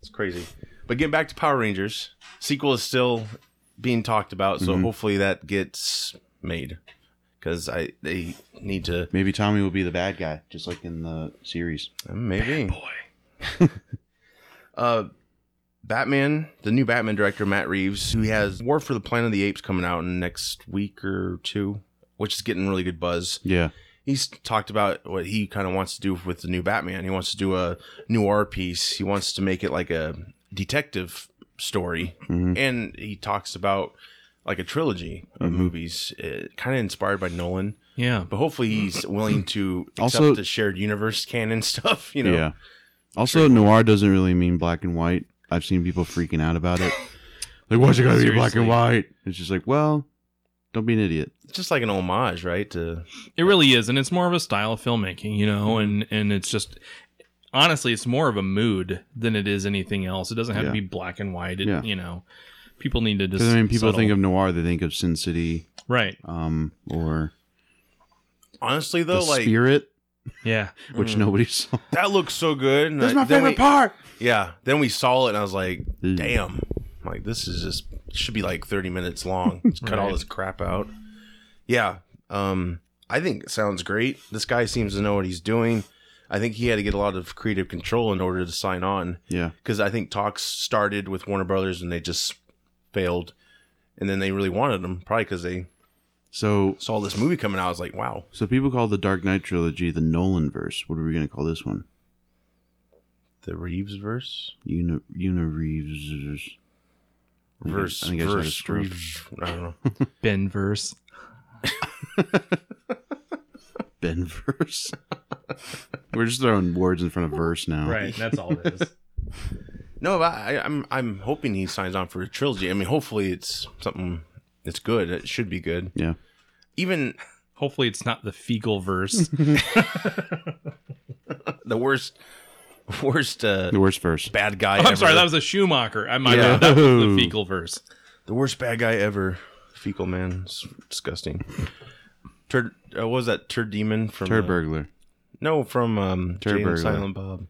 It's crazy. But getting back to Power Rangers, sequel is still being talked about, so
Mm-hmm.
hopefully that gets made because I they need to
maybe Tommy will be the bad guy, just like in the series.
maybe boy. uh, Batman, the new Batman director Matt Reeves, who has War for the Planet of the Apes coming out in next week or two, which is getting really good buzz.
Yeah,
he's talked about what he kind of wants to do with the new Batman. He wants to do a noir piece. He wants to make it like a detective story,
Hmm. mm-hmm.
and he talks about like a trilogy of movies, uh, kind of inspired by Nolan.
Yeah.
But hopefully, he's willing to accept
Also-
the shared universe canon stuff. You know,
yeah. Also, noir doesn't really mean black and white. I've seen people freaking out about it. like, why's it gotta be black and
Seriously.
white? It's just like, well, don't be an idiot.
it's just like an homage, right? To
It really is, and it's more of a style of filmmaking, you know, and and it's just honestly, it's more of a mood than it is anything else. It doesn't have
Yeah.
to be black and white. It,
Yeah.
You know, people need to just.
Because I mean, people
settle.
think of noir, they think of Sin City,
right.
um, or
honestly though,
the
like mm.
Spirit,
Yeah,
which nobody saw.
that looks so good. and I- then we-
part.
Yeah. Then we saw it, and I was like,
Ooh.
damn. Like, this is just, should be like 30 minutes long. Just cut all
Right.
this crap out. Yeah. Um, I think it sounds great. This guy seems to know what he's doing. I think he had to get a lot of creative control in order to sign on
Yeah,
because I think talks started with Warner Brothers and they just failed. And then they really wanted him, probably because they
so
saw this movie coming out. I was like, wow,
so people call the Dark Knight trilogy the Nolan verse. What are we gonna call this one?
the Reeves verse?
Uni Unireeves.
Verse,
I think I said
verse,
a strophe.
Reeves. I don't know.
Benverse.
Ben verse. We're just throwing words in front of verse now.
Right, that's all it is.
No, but I, I'm I'm hoping he signs on for a trilogy. I mean, hopefully it's something that's good. It should be good.
Yeah.
Even
Hopefully, it's not the fecal verse.
the worst, worst uh,
The worst verse.
bad guy.
I'm
ever.
sorry, that was a Schumacher. I might
Yeah.
have that was the fecal verse.
the worst bad guy ever. Fecal man, it's disgusting. Turd, uh, what was that turd demon from?
Turd
uh,
burglar.
no, from um,
Turd
Jay and
burglar.
Silent Bob.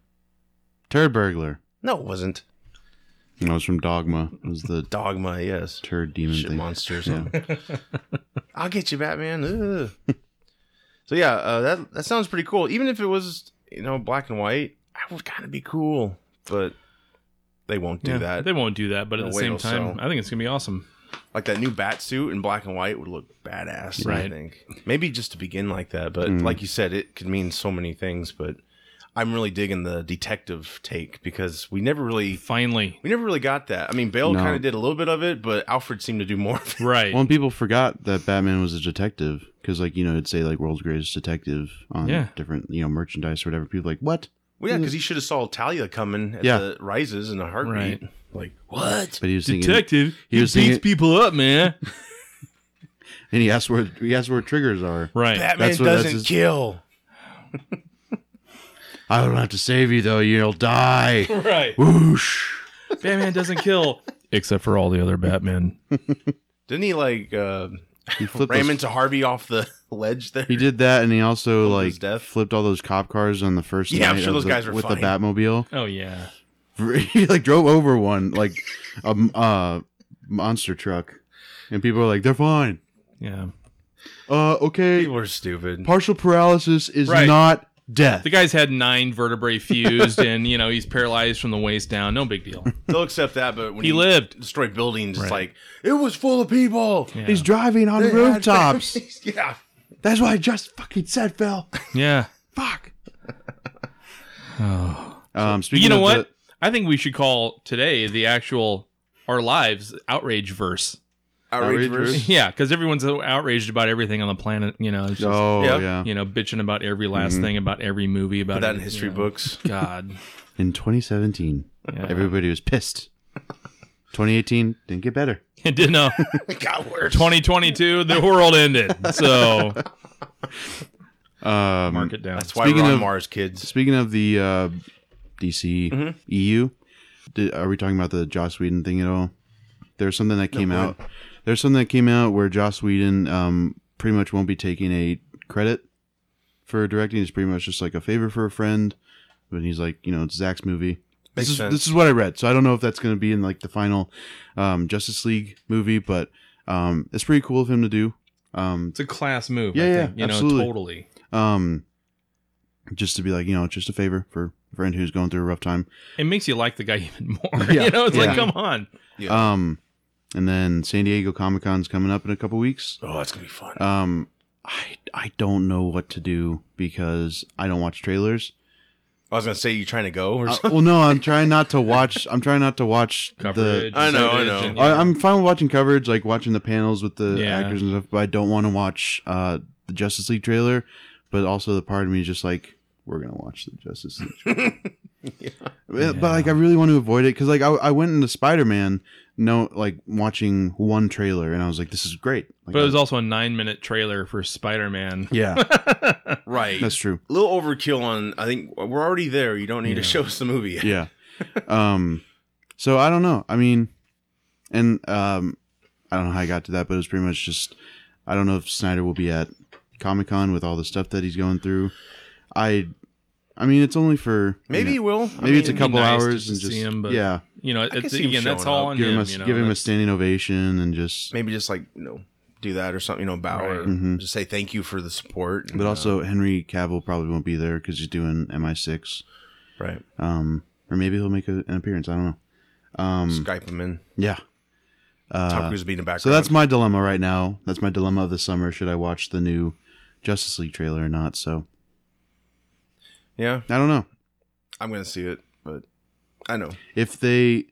Turd burglar.
No, it wasn't.
No, it was from Dogma. It was the
Dogma, yes.
turd demon
Shit
thing.
monster or something. Mm, I'll get you, Batman. Ugh. so yeah, uh, that that sounds pretty cool. Even if it was you know black and white, that would kind of be cool. But they won't do
Yeah,
that.
They won't do that, but
No
at the
way
same
it'll
time,
sell.
I think it's gonna be awesome.
like that new bat suit in black and white would look badass. I
Right.
think maybe just to begin like that. But like you said, it could mean so many things. But I'm really digging the detective take because we never really
Finally,
we never really got that. I mean, Bale
No.
kind of did a little bit of it, but Alfred seemed to do more of it.
right?
Well, and people forgot that Batman was a detective because, like, you know, it'd say like "World's Greatest Detective" on
Yeah.
different, you know, merchandise or whatever. People like, what?
Well, yeah, because he should have saw Talia coming at
Hmm. Yeah.
the rises in a heartbeat. Like what?
But he was thinking,
Detective,
he
he,
was
beats
thinking-
people up, man.
and he asked where he asked where triggers are.
right?
Batman
That's what- that's
doesn't
his-
kill.
I don't have to save you though; you'll die.
right.
Whoosh.
Batman doesn't kill, except for all the other Batman.
Didn't he like uh,
He flipped.
ram
those-
into Harvey off the ledge there?
he did that, and he also
Over
like
his death.
flipped all those cop cars on the first.
Yeah, I'm
night
sure
of
those
the-
guys were
with the
fine.
Batmobile.
Oh yeah,
he like drove over one like a m- uh, monster truck, and people were like, "They're fine."
yeah.
Uh, okay.
People are stupid.
Partial paralysis is
Right.
not death.
The guy's had nine vertebrae fused, and you know he's paralyzed from the waist down. No big deal.
They'll accept that, but when
He lived.
destroy buildings, it's like it was full of people.
Yeah.
He's driving on
They had
rooftops.
families. yeah.
That's what I just fucking said, Phil.
yeah.
Fuck. Um, speaking
you know
of
what?
the-
I think we should call today the actual our lives outrage verse.
Outrage
Outrageous.
verse.
Yeah, because everyone's so outraged about everything on the planet. You know, it's just,
oh
Yeah.
yeah. Mm-hmm.
you know, bitching about every last thing, about every movie, about
Put that in
every-
history
you know.
books.
God,
In 2017,
Yeah.
everybody was pissed. 2018 didn't get better.
it did know.
It got worse.
2022, the world ended. So
Um,
mark it down.
That's why
Speaking
we're on
of-
Mars, kids.
Speaking of the uh, DC
Mm-hmm.
EU, did, are we talking about the Joss Whedon thing at all? There's something that came out. There's something that came out where Joss Whedon um, pretty much won't be taking a credit for directing. It's pretty much just like a favor for a friend. But he's like, you know, it's Zach's movie.
Makes
this is
sense.
this is what I read, so I don't know if that's going to be in like the final um, Justice League movie, but um, it's pretty cool of him to do. Um,
It's a class move.
Yeah,
I
yeah,
think. You know,
absolutely.
totally.
um, just to be like, you know, it's just a favor for a friend who's going through a rough time.
It makes you like the guy even more.
Yeah,
you know, it's
yeah.
like, come on.
Um, and then San Diego Comic Con's coming up in a couple weeks.
Oh, that's gonna be fun.
Um, I I don't know what to do because I don't watch trailers.
I was gonna say you trying to go or
Uh,
something.
well, no, I'm trying not to watch. I'm trying not to watch
Coverage.
the.
I know, I
footage,
know.
and-
I, I'm fine with watching coverage, like watching the panels with the
Yeah.
actors and stuff, but I don't want to watch uh the Justice League trailer. But also, the part of me is just like, we're gonna watch the Justice League. But- But like, I really want to avoid it because like I, I went into Spider Man, no, like watching one trailer, and I was like, this is great. Like,
But it was also a nine minute trailer for Spider Man.
yeah,
right.
that's true.
a little overkill on. I think we're already there. You don't need to show us the movie. Yet.
Yeah. Um. So I don't know. I mean, and um, I don't know how I got to that, but it was pretty much just I don't know if Snyder will be at Comic Con with all the stuff that he's going through. I, I mean, it's only for
Maybe
you know,
it will. I
maybe it's a
mean,
be
couple
nice
hours
to
and just
see him, but-
yeah,
You know,
can
it's,
see him
again, that's
showing
all
up.
on
give him
him.
a
you know,
give him a
that's-
standing ovation and just.
Maybe just like you know, do that or something. You know, bow or
Right.
Mhm.
just say thank you for the support. and,
But
uh,
also Henry Cavill probably won't be there because he's doing MI6.
right,
Um, or maybe he'll make a, an appearance. I don't know. Um,
Skype them in.
yeah. Uh,
Tom Cruise will be in the background.
So that's my dilemma right now. That's my dilemma of the summer. Should I watch the new Justice League trailer or not? So
yeah.
I don't know
I'm gonna see it, but I know
if they.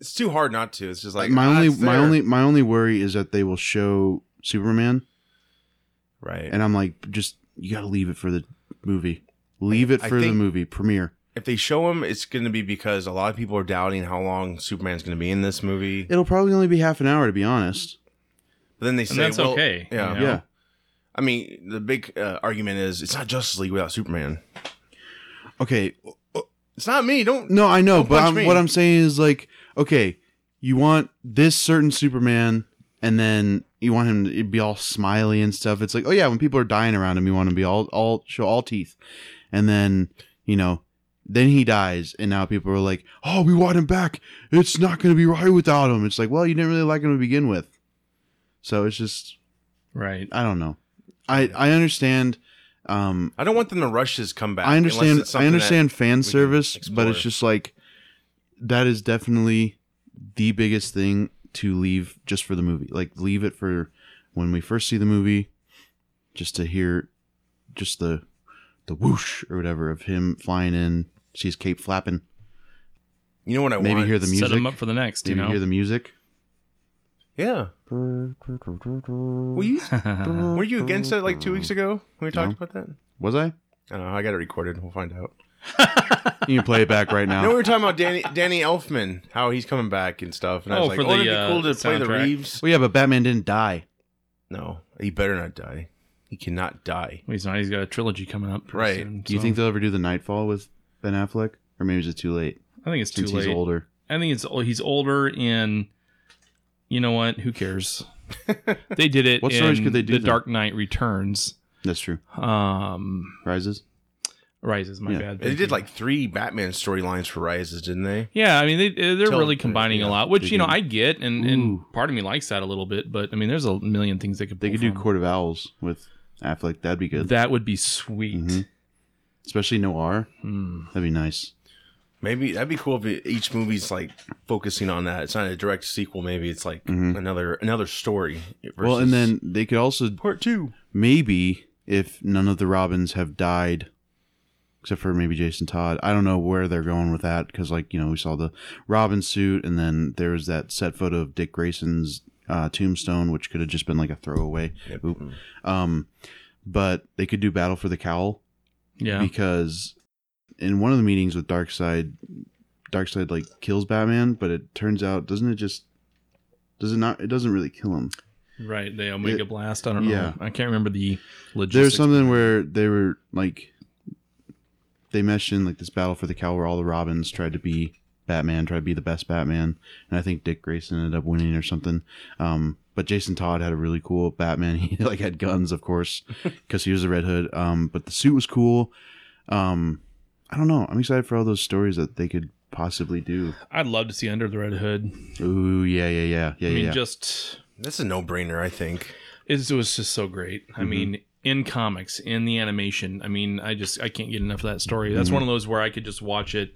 it's too hard not to. It's just like
my
ah,
only,
it's
my
there.
only, my only worry is that they will show Superman,
right.
and I'm like, just you got to leave it for the movie. Leave it
I
for the
think-
movie premiere.
if they show him, it's gonna be because a lot of people are doubting how long Superman's gonna be in this movie.
It'll probably only be half an hour, to be honest.
But then they say
And that's
well,
okay.
Yeah.
you know?
Yeah.
I mean, the big uh, argument is it's not Justice League without Superman.
Okay.
It's not me. Don't
No, I know,
Don't
but
punch
I'm,
me.
what I'm saying is like, okay, you want this certain Superman, and then you want him to be all smiley and stuff. It's like, oh yeah, when people are dying around him, you want him to be all all show all teeth, and then you know, then he dies, and now people are like, oh, we want him back. It's not going to be right without him. It's like, well, you didn't really like him to begin with, so it's just
Right.
I don't know. I I understand. Um,
I don't want them to rush his comeback.
I understand.
unless it's
I
something
understand fan
can
service, but
explore.
it's just like that is definitely the biggest thing to leave just for the movie. Like leave it for when we first see the movie, just to hear just the the whoosh or whatever of him flying in, sees Cape flapping.
You know what I
Maybe
want?
hear the music.
Set him up for the next,
Maybe
you know.
hear the music.
Yeah. Were you were you against that like two weeks ago when we talked about that?
Was I?
I don't know. I got it recorded. We'll find out.
You can play it back right now.
No, we were talking about Danny Danny Elfman, how he's coming back and stuff. And I
Oh,
was like,
for
oh,
the,
it'd
uh,
be cool to play the
soundtrack.
Reeves.
well, yeah, but Batman didn't die.
No, he better not die. He cannot die.
Well, he's not. He's got a trilogy coming up. pretty
Right.
soon,
Do you
so-
think they'll ever do the Nightfall with Ben Affleck, or maybe is it too late
I think it's too
since
late.
he's older?
I think it's oh, he's older and you know what? Who cares? they did it.
What
in
stories could they do
The
then?
Dark Knight Returns.
That's true.
Um,
Rises.
Rises. My
Yeah.
bad.
They did like three Batman storylines for Rises, didn't they?
Yeah, I mean they they're
Tell-
really combining
yeah,
a lot, which
they
you know
do.
I get, and
Ooh.
and part of me likes that a little bit. But I mean, there's a million things they could
They
pull
could do
from.
Court of Owls with Affleck. That'd be good.
That would be sweet.
Mhm. Especially Noir.
Hmm.
That'd be nice.
Maybe that'd be cool if it- each movie's like focusing on that. It's not a direct sequel. Maybe it's like
Mm-hmm.
Mhm.
another another story.
Well, and
versus
then they could also
part two.
maybe if none of the Robins have died, except for maybe Jason Todd. I don't know where they're going with that because, like, you know, we saw the Robin suit, and then there was that set photo of Dick Grayson's uh, tombstone, which could have just been like a throwaway. Oop. Um, but they could do Battle for the Cowl
Yeah.
because in one of the meetings with Darkseid, Darkseid like kills Batman, but it turns out doesn't it just does it not it doesn't really kill him.
Right, the Omega
It-
Blast. I don't
yeah.
know. I can't remember the
There was
logistics.
something where they were like they meshed in like this battle for the cow where all the Robins tried to be Batman, tried to be the best Batman, and I think Dick Grayson ended up winning or something. Um, but Jason Todd had a really cool Batman. He like had guns, of course, because he was a Red Hood. Um, but the suit was cool. Um, I don't know. I'm excited for all those stories that they could possibly do.
I'd love to see Under the Red Hood.
Ooh, yeah, yeah, yeah, yeah,
I mean,
yeah.
just
That's a no brainer, I think.
it's, it was just so great.
Mm-hmm.
I mean, in comics, in the animation. I mean, I just I can't get enough of that story.
Mm-hmm.
That's one of those where I could just watch it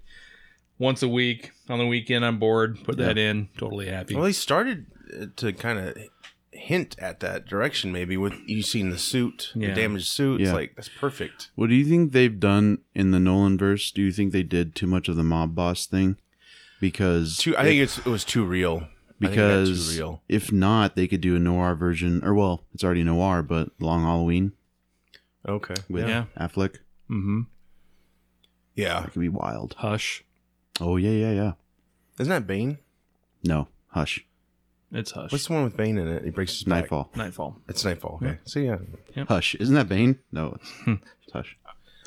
once a week on the weekend. I'm bored. Put that in. Totally happy.
Well, they started uh, to kind of hint at that direction, maybe with you seeing the suit,
Yeah.
the damaged suit. It's
Yeah.
like that's perfect.
What do you think they've done in the Nolan verse? Do you think they did too much of the mob boss thing? Because
Too, I think it's it was too real. I think it got
because
too real.
if not, they could do a noir version, or well, it's already noir, but Long Halloween
Okay.
with
Yeah.
Affleck.
mm-hmm.
Yeah.
That could be wild.
Hush.
Oh yeah, yeah, yeah.
Isn't that Bane?
No, hush.
It's Hush.
What's the one with Bane in it? He breaks his back.
Nightfall.
Nightfall.
It's Nightfall. Okay. So yeah,
Hush. Isn't that Bane? No, it's, it's hush.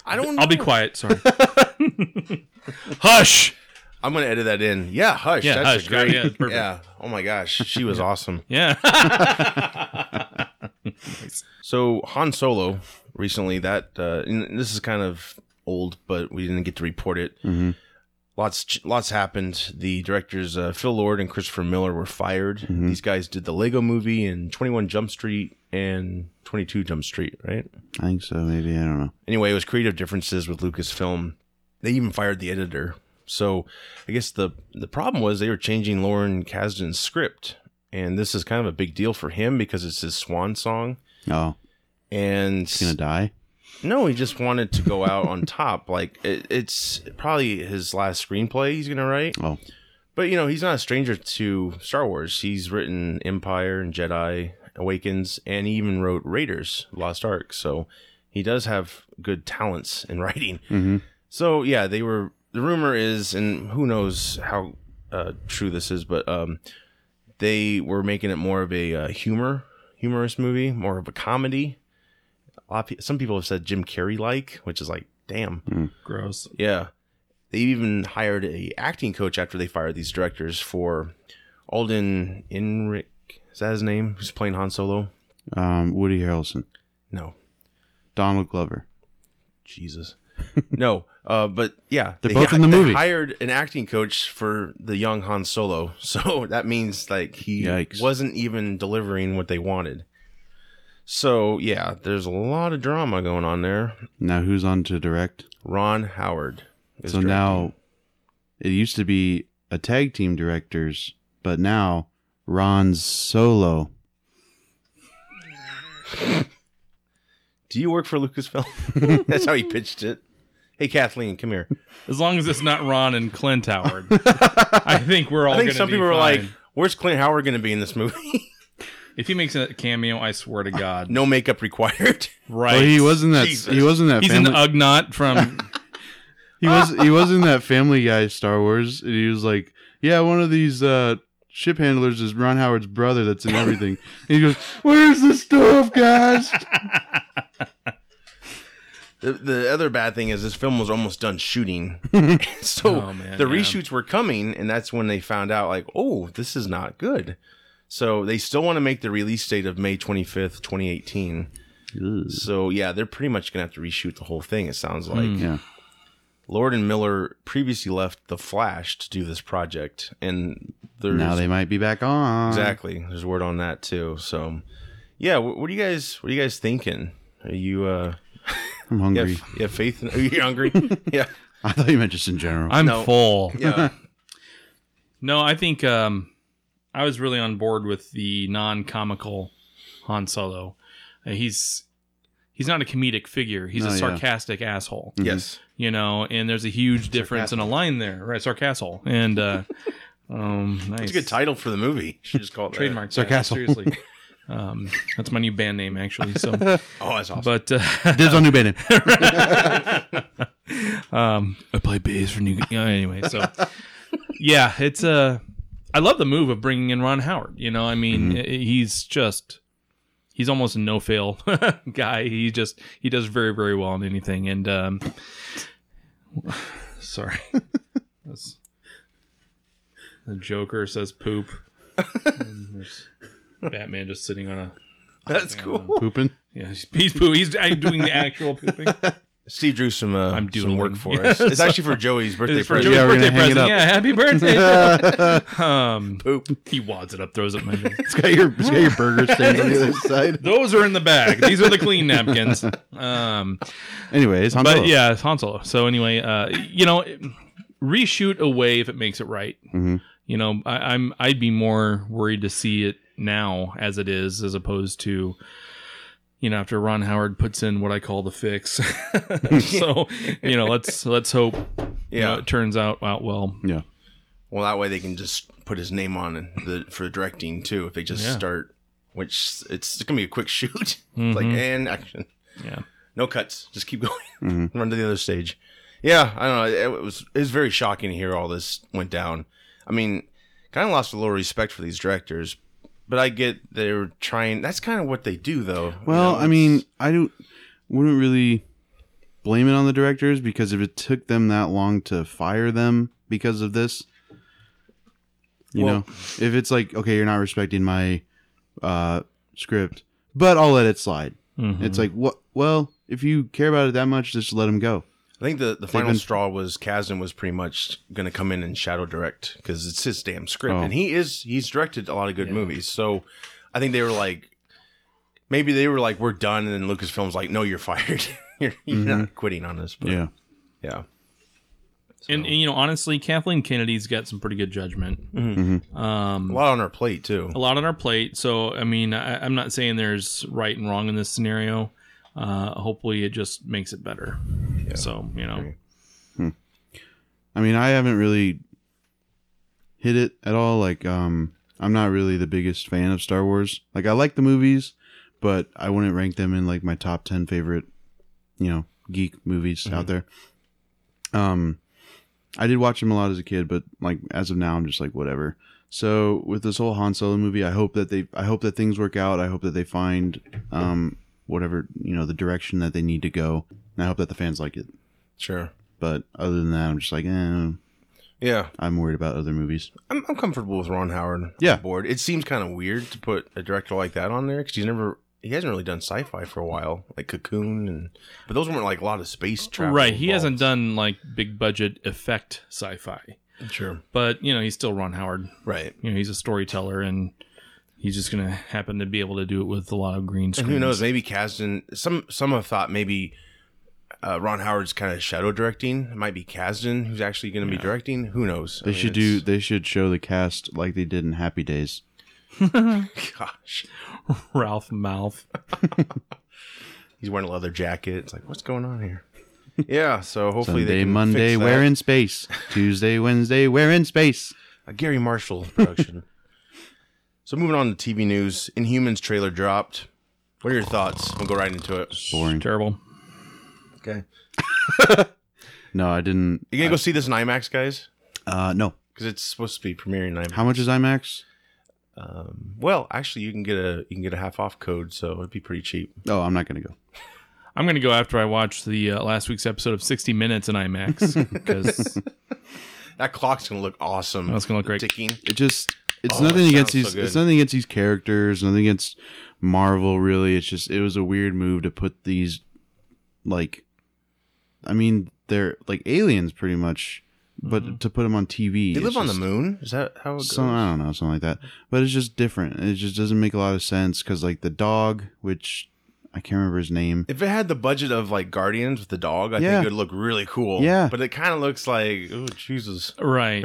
I don't.
I'll be quiet. Sorry. Hush.
I'm gonna edit that in. Yeah, hush.
Yeah,
that's
Hush.
a great.
Yeah, it's perfect.
yeah. Oh my gosh, she was awesome.
Yeah.
So Han Solo recently that uh, and this is kind of old, but we didn't get to report it.
Mhm.
Lots ch- lots happened. The directors uh, Phil Lord and Christopher Miller were fired.
Mhm.
These guys did the Lego Movie and Twenty One Jump Street and Twenty Two Jump Street, right?
I think so. Maybe I don't know.
Anyway, it was creative differences with Lucasfilm. They even fired the editor. So I guess the the problem was they were changing Lauren Kasdan's script, and this is kind of a big deal for him because it's his swan song.
Oh,
And
he's gonna die.
no, he just wanted to go out on top. Like it, it's probably his last screenplay he's gonna write.
Oh,
But you know, he's not a stranger to Star Wars. He's written Empire and Jedi Awakens, and he even wrote Raiders Lost Ark. So he does have good talents in writing.
Mhm.
So yeah, they were. The rumor is, and who knows how uh, true this is, but um, they were making it more of a uh, humor, humorous movie, more of a comedy. A lot of pe- some people have said Jim Carrey like, which is like, damn.
Gross.
Yeah. They even hired a acting coach after they fired these directors for Alden Enric. Is that his name? Who's playing Han Solo?
um, Woody Harrelson,
No.
Donald Glover.
Jesus. no. Uh, but yeah.
They're
they
both in the
they
movie.
hired an acting coach for the young Han Solo. So that means like he
Yikes.
wasn't even delivering what they wanted. So yeah, there's a lot of drama going on there.
Now who's on to direct?
Ron Howard. is
so
directing.
now it used to be a tag team directors, but now Ron's solo.
Do you work for Lucasfilm? That's how he pitched it. Hey, Kathleen, come here.
As long as it's not Ron and Clint Howard, I think we're all.
I think
gonna
some
be
people were like,
fine.
where's Clint Howard going to be in this movie?
if he makes a cameo, I swear to God,
no makeup required.
right?
Well, Oh, he was in that.
Jesus.
He was in that.
He's
family,
an Ugnaught from.
he was. He was in that Family Guy Star Wars, and he was like, "Yeah, one of these uh, ship handlers is Ron Howard's brother. That's in everything." and he goes, "Where's the stuff, guys?"
The, the other bad thing is this film was almost done shooting, so
Oh, man,
the
yeah.
reshoots were coming, and that's when they found out like, oh, this is not good. So they still want to make the release date of May twenty fifth, twenty eighteen. So yeah, they're pretty much gonna have to reshoot the whole thing. It sounds like.
Hmm.
yeah.
Lord and Miller previously left The Flash to do this project, and there's
Now they might be back on.
exactly there's word on that too. So yeah, what, what do you guys what are you guys thinking? Are you uh
I'm
you
hungry.
have, you have faith? In, are you hungry? yeah.
I thought you meant just in general.
I'm
No.
full.
Yeah.
No, I think um, I was really on board with the non-comical Han Solo. Uh, he's he's not a comedic figure. He's
No,
a
yeah.
sarcastic asshole.
Yes.
You know, and there's a huge difference in a line there, right? Sarcasshole and uh, um, nice.
It's a good title for the movie. Should just call it that.
trademark. that,
Sarcastle.
seriously. Um, that's my new band name, actually. So,
Oh, that's awesome.
but uh,
Dibs on new band. name.
um, I play bass for New. yeah, anyway, so yeah, it's Uh, I love the move of bringing in Ron Howard. You know, I mean,
Mm-hmm.
i- he's just he's almost a no fail guy. He just he does very very well in anything. And um, sorry, That's- the Joker says poop. And there's Batman just sitting on a
That's cool.
Pooping.
yeah he's he's, poo- he's I'm doing the actual pooping.
Steve drew some uh,
I'm
I'm
doodling.
some work for
Yeah,
us. It's actually for Joey's birthday
It's for
present.
Joey's
Yeah, we're
birthday
gonna hang it
present.
up.
Yeah, happy birthday. Joe. um,
Poop.
he wads it up, throws it in my face.
It's got your, it's got your burger stand on the other side.
Those are in the bag. These are the clean napkins. Um,
Anyways, Han Solo.
but yeah, it's Han Solo. So anyway, uh, you know, reshoot away if it makes it right.
Mhm.
You know, I, I'm I'd be more worried to see it now as it is, as opposed to. You know, after Ron Howard puts in what I call the fix, so you know, let's let's hope you know,
Yeah.
it turns out out well.
yeah.
Well, that way they can just put his name on the for directing too. If they just
Yeah.
start, which it's gonna be a quick shoot, It's like and action.
Mm-hmm. Yeah.
No cuts. Just keep going.
Mm-hmm.
Run to the other stage. Yeah, I don't know. It was it was very shocking to hear all this went down. I mean, kind of lost a little respect for these directors, but I get they're trying. That's kind of what they do, though. you
Well,
know,
I mean, I don't wouldn't really blame it on the directors because if it took them that long to fire them because of this, you
Well-
know, if it's like okay, you're not respecting my uh, script, but I'll let it slide.
Mm-hmm.
It's like what? Well, if you care about it that much, just let them go.
I think the, the final
been-
straw was Kazan was pretty much going to come in and shadow direct because it's his damn script,
Oh.
and he is he's directed a lot of good movies. So I think they were like, maybe they were like, we're done, and then Lucasfilm's like, no, you're fired. you're you're
Mm-hmm.
not quitting on us. But yeah, yeah.
And, and, you know, honestly, Kathleen Kennedy's got some pretty good judgment. Um,
a lot on our plate too.
A lot on our plate, so I mean, I, I'm not saying there's right and wrong in this scenario. Uh, hopefully, it just makes it better. So you know,
I mean, I haven't really hit it at all. Like, um, I'm not really the biggest fan of Star Wars. Like, I like the movies, but I wouldn't rank them in like my top ten favorite, you know, geek movies out there. Um, I did watch them a lot as a kid, but like as of now, I'm just like whatever. So with this whole Han Solo movie, I hope that they, I hope that things work out. I hope that they find, um, whatever you know, the direction that they need to go. And I hope that the fans like it.
Sure.
But other than that, I'm just like, eh,
Yeah,
I'm worried about other movies.
I'm, I'm comfortable with Ron Howard.
Yeah.
on board. It seems kind of weird to put a director like that on there because he's never he hasn't really done sci-fi for a while, like Cocoon, and but those weren't like a lot of space travel.
right? He
involved.
hasn't done like big budget effect sci-fi,
sure.
but you know, he's still Ron Howard.
Right.
You know, he's a storyteller, and he's just gonna happen to be able to do it with a lot of green
And
screen.
who knows? Maybe Kasdan. Some some have thought maybe uh, Ron Howard's kind of shadow directing. It might be Kasdan who's actually going to be directing. Who knows?
They
I mean,
should do.
it's-
They should show the cast like they did in Happy Days.
Gosh,
Ralph Mouth.
He's wearing a leather jacket. It's like, what's going on here? yeah, so hopefully they
Sunday,
can
Monday,
fix that.
we're in space. Tuesday, Wednesday, we're in space.
a Gary Marshall production. so moving on to TV news, Inhumans trailer dropped. What are your thoughts? We'll go right into it.
Boring.
Terrible.
Okay.
No, I didn't.
You gonna go see this in IMAX, guys?
Uh, no.
Because it's supposed to be premiering in IMAX.
How much is IMAX?
Um, well, actually, you can get a you can get a half off code, so it'd be pretty cheap.
Oh, I'm not gonna go.
I'm gonna go after I watch the uh, last week's episode of 60 Minutes in IMAX because
That clock's gonna look awesome.
that's gonna look great.
ticking.
It just it's
Oh,
nothing
it sounds
against these
so
it's
good.
nothing against these characters, nothing against Marvel really. It's just it was a weird move to put these like I mean, they're like aliens pretty much, but to put them on TV.
Mm-hmm. They live
it's
on the
just um,
moon. Is that how it goes?
Some, I don't know, something like that. But it's just different. It just doesn't make a lot of sense because, like, the dog, which I can't remember his name,
if it had the budget of like Guardians with the dog, I
Yeah.
think it would look really cool.
Yeah.
but it kind of looks like oh Jesus.
Right.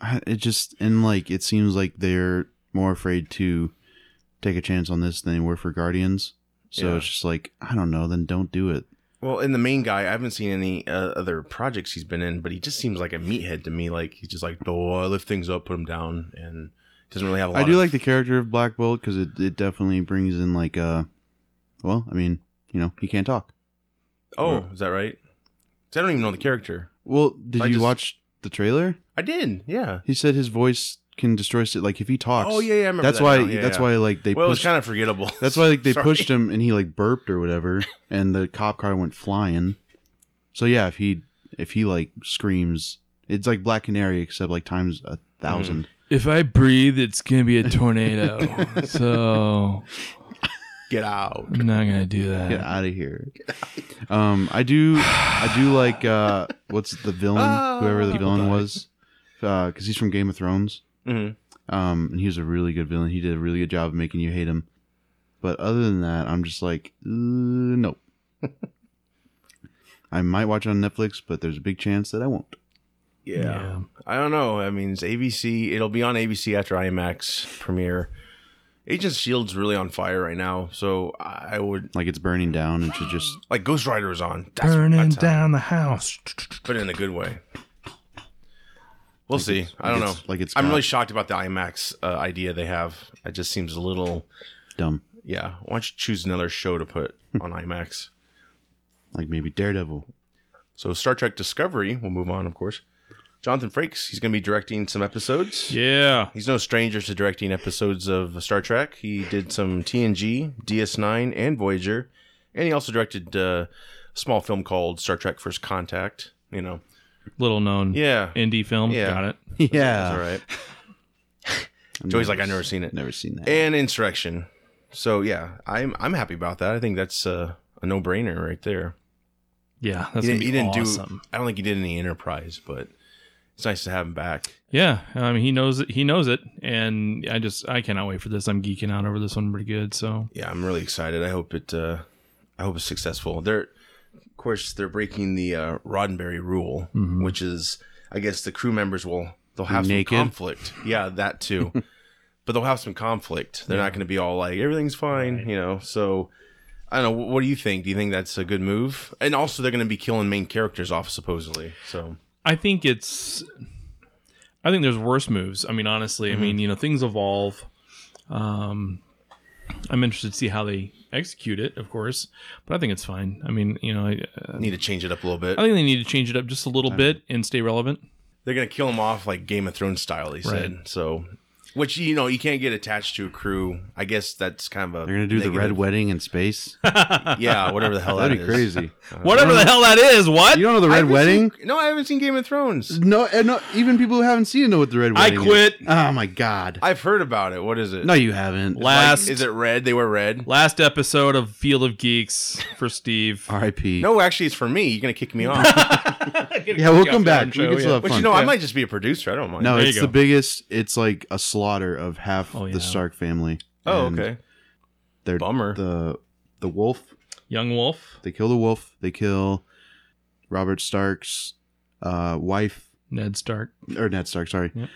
I- it just and like it seems like they're more afraid to take a chance on this than they were for Guardians. So
Yeah.
it's just like I don't know. Then don't do it.
Well, and the main guy, I haven't seen any uh, other projects he's been in, but he just seems like a meathead to me. Like he's just like, oh, I lift things up, put them down, and doesn't really have a lot.
I do
of-
like the character of Black Bolt because it it definitely brings in like uh, well, I mean, you know, he can't talk.
Oh, is that right? 'Cause I don't even know the character.
Well, did
I
you
just-
watch the trailer?
I did, yeah.
He said his voice can destroy it. Like if he talks,
Oh yeah, yeah. I remember
that's
that
why.
now. Yeah,
that's
yeah.
why like they
well, it was
pushed.
kind of forgettable.
that's why like they
Sorry.
pushed him and he like burped or whatever, and the cop car went flying. So yeah, if he if he like screams, it's like Black Canary except like times a thousand.
If I breathe, it's gonna be a tornado. so
Get out.
I'm not gonna do that.
Get out of here. Um, I do, I do like uh, what's the villain? Whoever the villain was, because he's from Game of Thrones.
Mhm.
Um, and he was a really good villain. He did a really good job of making you hate him. But other than that, I'm just like, uh, nope. I might watch it on Netflix, but there's a big chance that I won't.
Yeah. I don't know. I mean, it's ABC. It'll be on ABC after IMAX premiere. Agent Shield's really on fire right now, so I I would
Like it's burning down and should just
like Ghost Rider is on. That's,
Burning
that's how-
down the house.
but in a good way. We'll see. I don't know.
it's- like it's
I'm
got-
really shocked about the IMAX uh, idea they have. It just seems a little.
dumb.
Yeah. Why don't you choose another show to put on IMAX?
Like maybe Daredevil.
So Star Trek Discovery. We'll move on, of course. Jonathan Frakes. He's going to be directing some episodes.
Yeah.
He's no stranger to directing episodes of Star Trek. He did some TNG, DS9, and Voyager, and he also directed uh, a small film called Star Trek: First Contact. You know,
Little known
yeah,
indie film.
Yeah.
Got it. uh,
that's all
Yeah,
right.
I've
Joey's like,
never-
I've never seen it.
never seen that.
And Insurrection. So yeah, I'm I'm happy about that. I think that's uh, a no brainer right there.
Yeah. That's
He didn't,
gonna be
he didn't
awesome.
do. I don't think he did any Enterprise, but it's nice to have him back.
Yeah. I mean, he knows it. He knows it, and I just I cannot wait for this. I'm geeking out over this one pretty good. So
Yeah, I'm really excited. I hope it. Uh, I hope it's successful. They're, of course, they're breaking the uh, Roddenberry rule, which is, I guess, the crew members will they'll have
Naked.
some conflict. Yeah, that too. but they'll have some conflict. They're not going to be all like everything's fine, you know. So. I don't know. What do you think? Do you think that's a good move? And also, they're going to be killing main characters off, supposedly. So,
I think it's. I think there's worse moves. I mean, honestly,
Mm-hmm.
I mean, you know, things evolve. Um, I'm interested to see how they execute it, of course, but I think it's fine. I mean, you know, I,
need to change it up a little bit.
I think they need to change it up just a little bit and stay relevant.
they're gonna kill him off like Game of Thrones style. He said so, which you know you can't get attached to a crew. I guess that's kind of a
They're gonna do the red
negative-
wedding in space.
yeah, whatever the hell that
That'd be
is.
crazy.
Whatever the hell that is, what?
You don't know the
I
red
haven't
wedding?
seen- no, I haven't seen Game of Thrones.
No, and no, even people who haven't seen it know what the red
I
wedding. is.
quit.
Oh my god.
I've heard about it. What is it?
no, you haven't.
Like,
Last
is it red? They wear red.
last episode of Field of Geeks for Steve.
R.I.P.
No, actually, it's for me. You're gonna kick me off.
Yeah, we'll come back. We can still have
But
fun.
you know, I might just be a producer. I don't mind.
no,
There you
it's
go.
the biggest. It's like a slaughter of half
Oh, yeah.
the Stark family.
Oh,
And
okay.
They're
Bummer.
The the wolf.
Young Wolf,
They kill the wolf. They kill Robert Stark's uh, wife
Ned Stark.
or Ned Stark. Sorry,
Yep.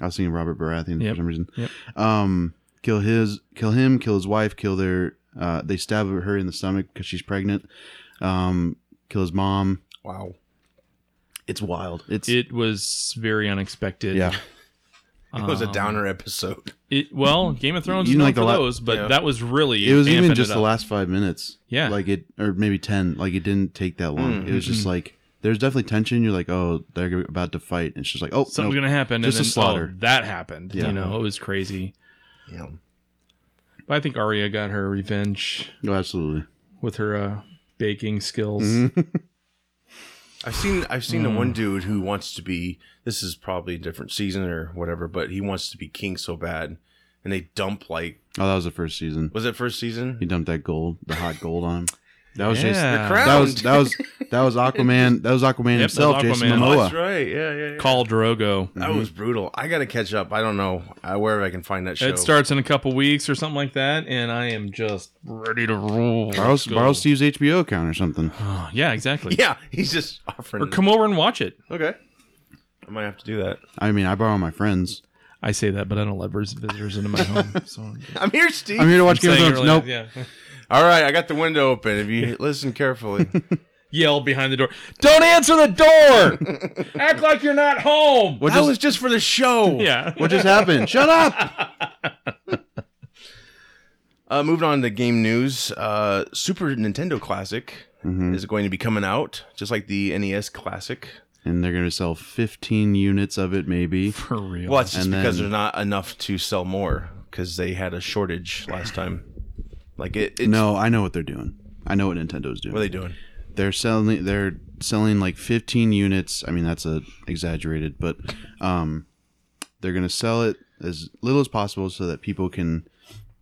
I was thinking Robert Baratheon
Yep.
for some reason.
Yep.
Um, kill his, kill him, kill his wife, kill their. Uh, they stab her in the stomach because she's pregnant. Um, kill his mom.
Wow.
It's wild. It's
It was very unexpected.
yeah.
It
Um,
was a downer episode.
It, well, Game of Thrones is
Even
known
like the
for
la-
those, but
yeah.
that was really
It was
amping
even just
it
the
up.
last five minutes.
Yeah. mm-hmm.
like it or maybe ten. Like it didn't take that long. It was just like there's definitely tension. You're like, oh, they're about to fight, and it's just like, oh,
Something's
nope.
gonna happen.
Just a
and then,
slaughter.
Oh, that happened.
Yeah.
You know, it was crazy.
Yeah.
But I think Arya got her revenge
Oh, absolutely.
with her uh, baking skills.
Mm-hmm.
I've seen I've seen the
Hmm.
one dude who wants to be this is probably a different season or whatever, but he wants to be king so bad. And they dump like
Oh, that was the first season.
was it first season?
He dumped that gold, the hot gold on him. That
Oh,
was just
Yeah.
Crown.
that was that was that was Aquaman. That was Aquaman
Yep, that was
himself, Jason
Aquaman.
Oh, that's
Momoa.
right. Yeah, yeah. yeah.
Call Drogo.
That was brutal. I gotta catch up. I don't know uh, wherever I can find that show.
It starts in a couple weeks or something like that, and I am just ready to roll.
Borrow,
Let's go.
borrow Steve's HBO account or something.
Oh, yeah, exactly.
Yeah, he's just offering.
Or come over and watch it.
okay, I might have to do that.
I mean, I borrow my friends.
I say that, but I don't let vis- visitors into my home. So I'm
I'm here, Steve.
I'm here to watch Game of
saying
Thrones.
earlier,
Nope.
Yeah.
All right, I got the window open. If you listen carefully,
Yell behind the door. Don't answer the door. Act like you're not home.
that was just for the show.
Yeah.
What just happened? Shut up.
Uh, moving on to game news, uh, Super Nintendo Classic
Mm-hmm.
is going to be coming out, just like the NES Classic.
And they're gonna sell 15 units of it, maybe.
For real.
Well, it's just
And
because
then-
there's not enough to sell more because they had a shortage last time. Like it, it's,
No, I know what they're doing. I know what Nintendo's doing.
what are they doing?
they're selling they're selling like 15 units i mean that's a exaggerated but um they're gonna sell it as little as possible so that people can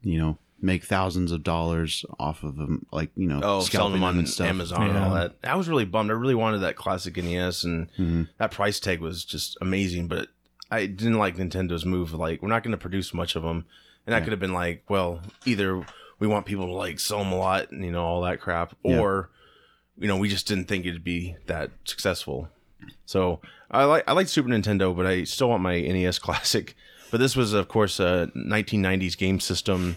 you know make thousands of dollars off of them like you know
Oh, selling them on
and stuff.
Amazon and all that. I was really bummed. I really wanted that classic NES, and
Mm-hmm.
that price tag was just amazing. But I didn't like Nintendo's move. Like, we're not going to produce much of them, and that could have been like, well, either we want people to like sell them a lot, and you know all that crap,
Yeah.
or you know we just didn't think it'd be that successful. So I like I like Super Nintendo, but I still want my NES Classic. But this was, of course, a 1990s game system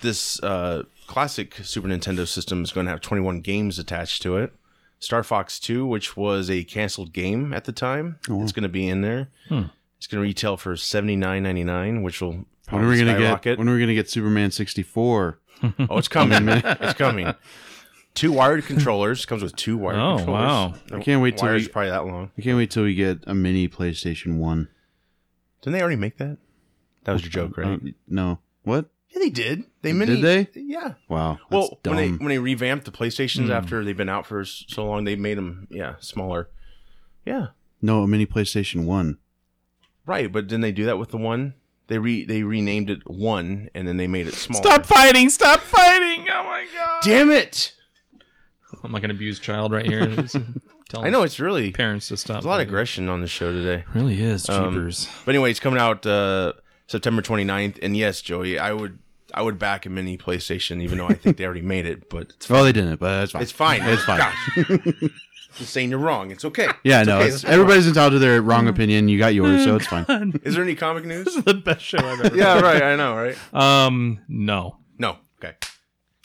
this uh, classic Super Nintendo system is going to have 21 games attached to it. Star Fox 2, which was a canceled game at the time, it's going to be in there.
Hmm.
It's going to retail for 79.99, which will
when are we
probably
gonna
skyrocket.
get when are we gonna get superman 64
oh, it's coming! it's coming. Two wired controllers comes with two wired
Oh,
controllers.
wow.
The
I can't wait till
wires
we-
probably that long.
i can't wait till we get a mini playstation 1
Didn't they already make that? That was your joke, right?
Uh, no what
yeah, they did. They
Did
mini-
they?
Yeah.
wow that's
Well, when they
dumb.
when they revamped the PlayStations
Hmm.
after they've been out for s- so long, they made them yeah smaller. Yeah,
no a mini playstation 1
right. But didn't they do that with the one? They re they renamed it one, and then they made it smaller.
Stop fighting! Stop fighting! Oh my god!
Damn it!
I'm like an abused child right here. Just Telling
I know it's really there's
parents to stop.
a lot of aggression on the show today.
really is jeepers.
But anyway, it's coming out uh, September 29th, and yes, Joey, I would I would back a mini PlayStation, even though I think they already made it. But it's,
well they didn't but that's fine
it's fine.
it's fine
Gosh. Just saying you're wrong. It's okay.
yeah
It's
no
okay.
it's,
That's-
everybody's entitled to their
Mm-hmm.
wrong opinion you got yours so it's fine
Is there any comic news?
the best show I've ever.
yeah, right. I know, right?
Um, no,
No. Okay.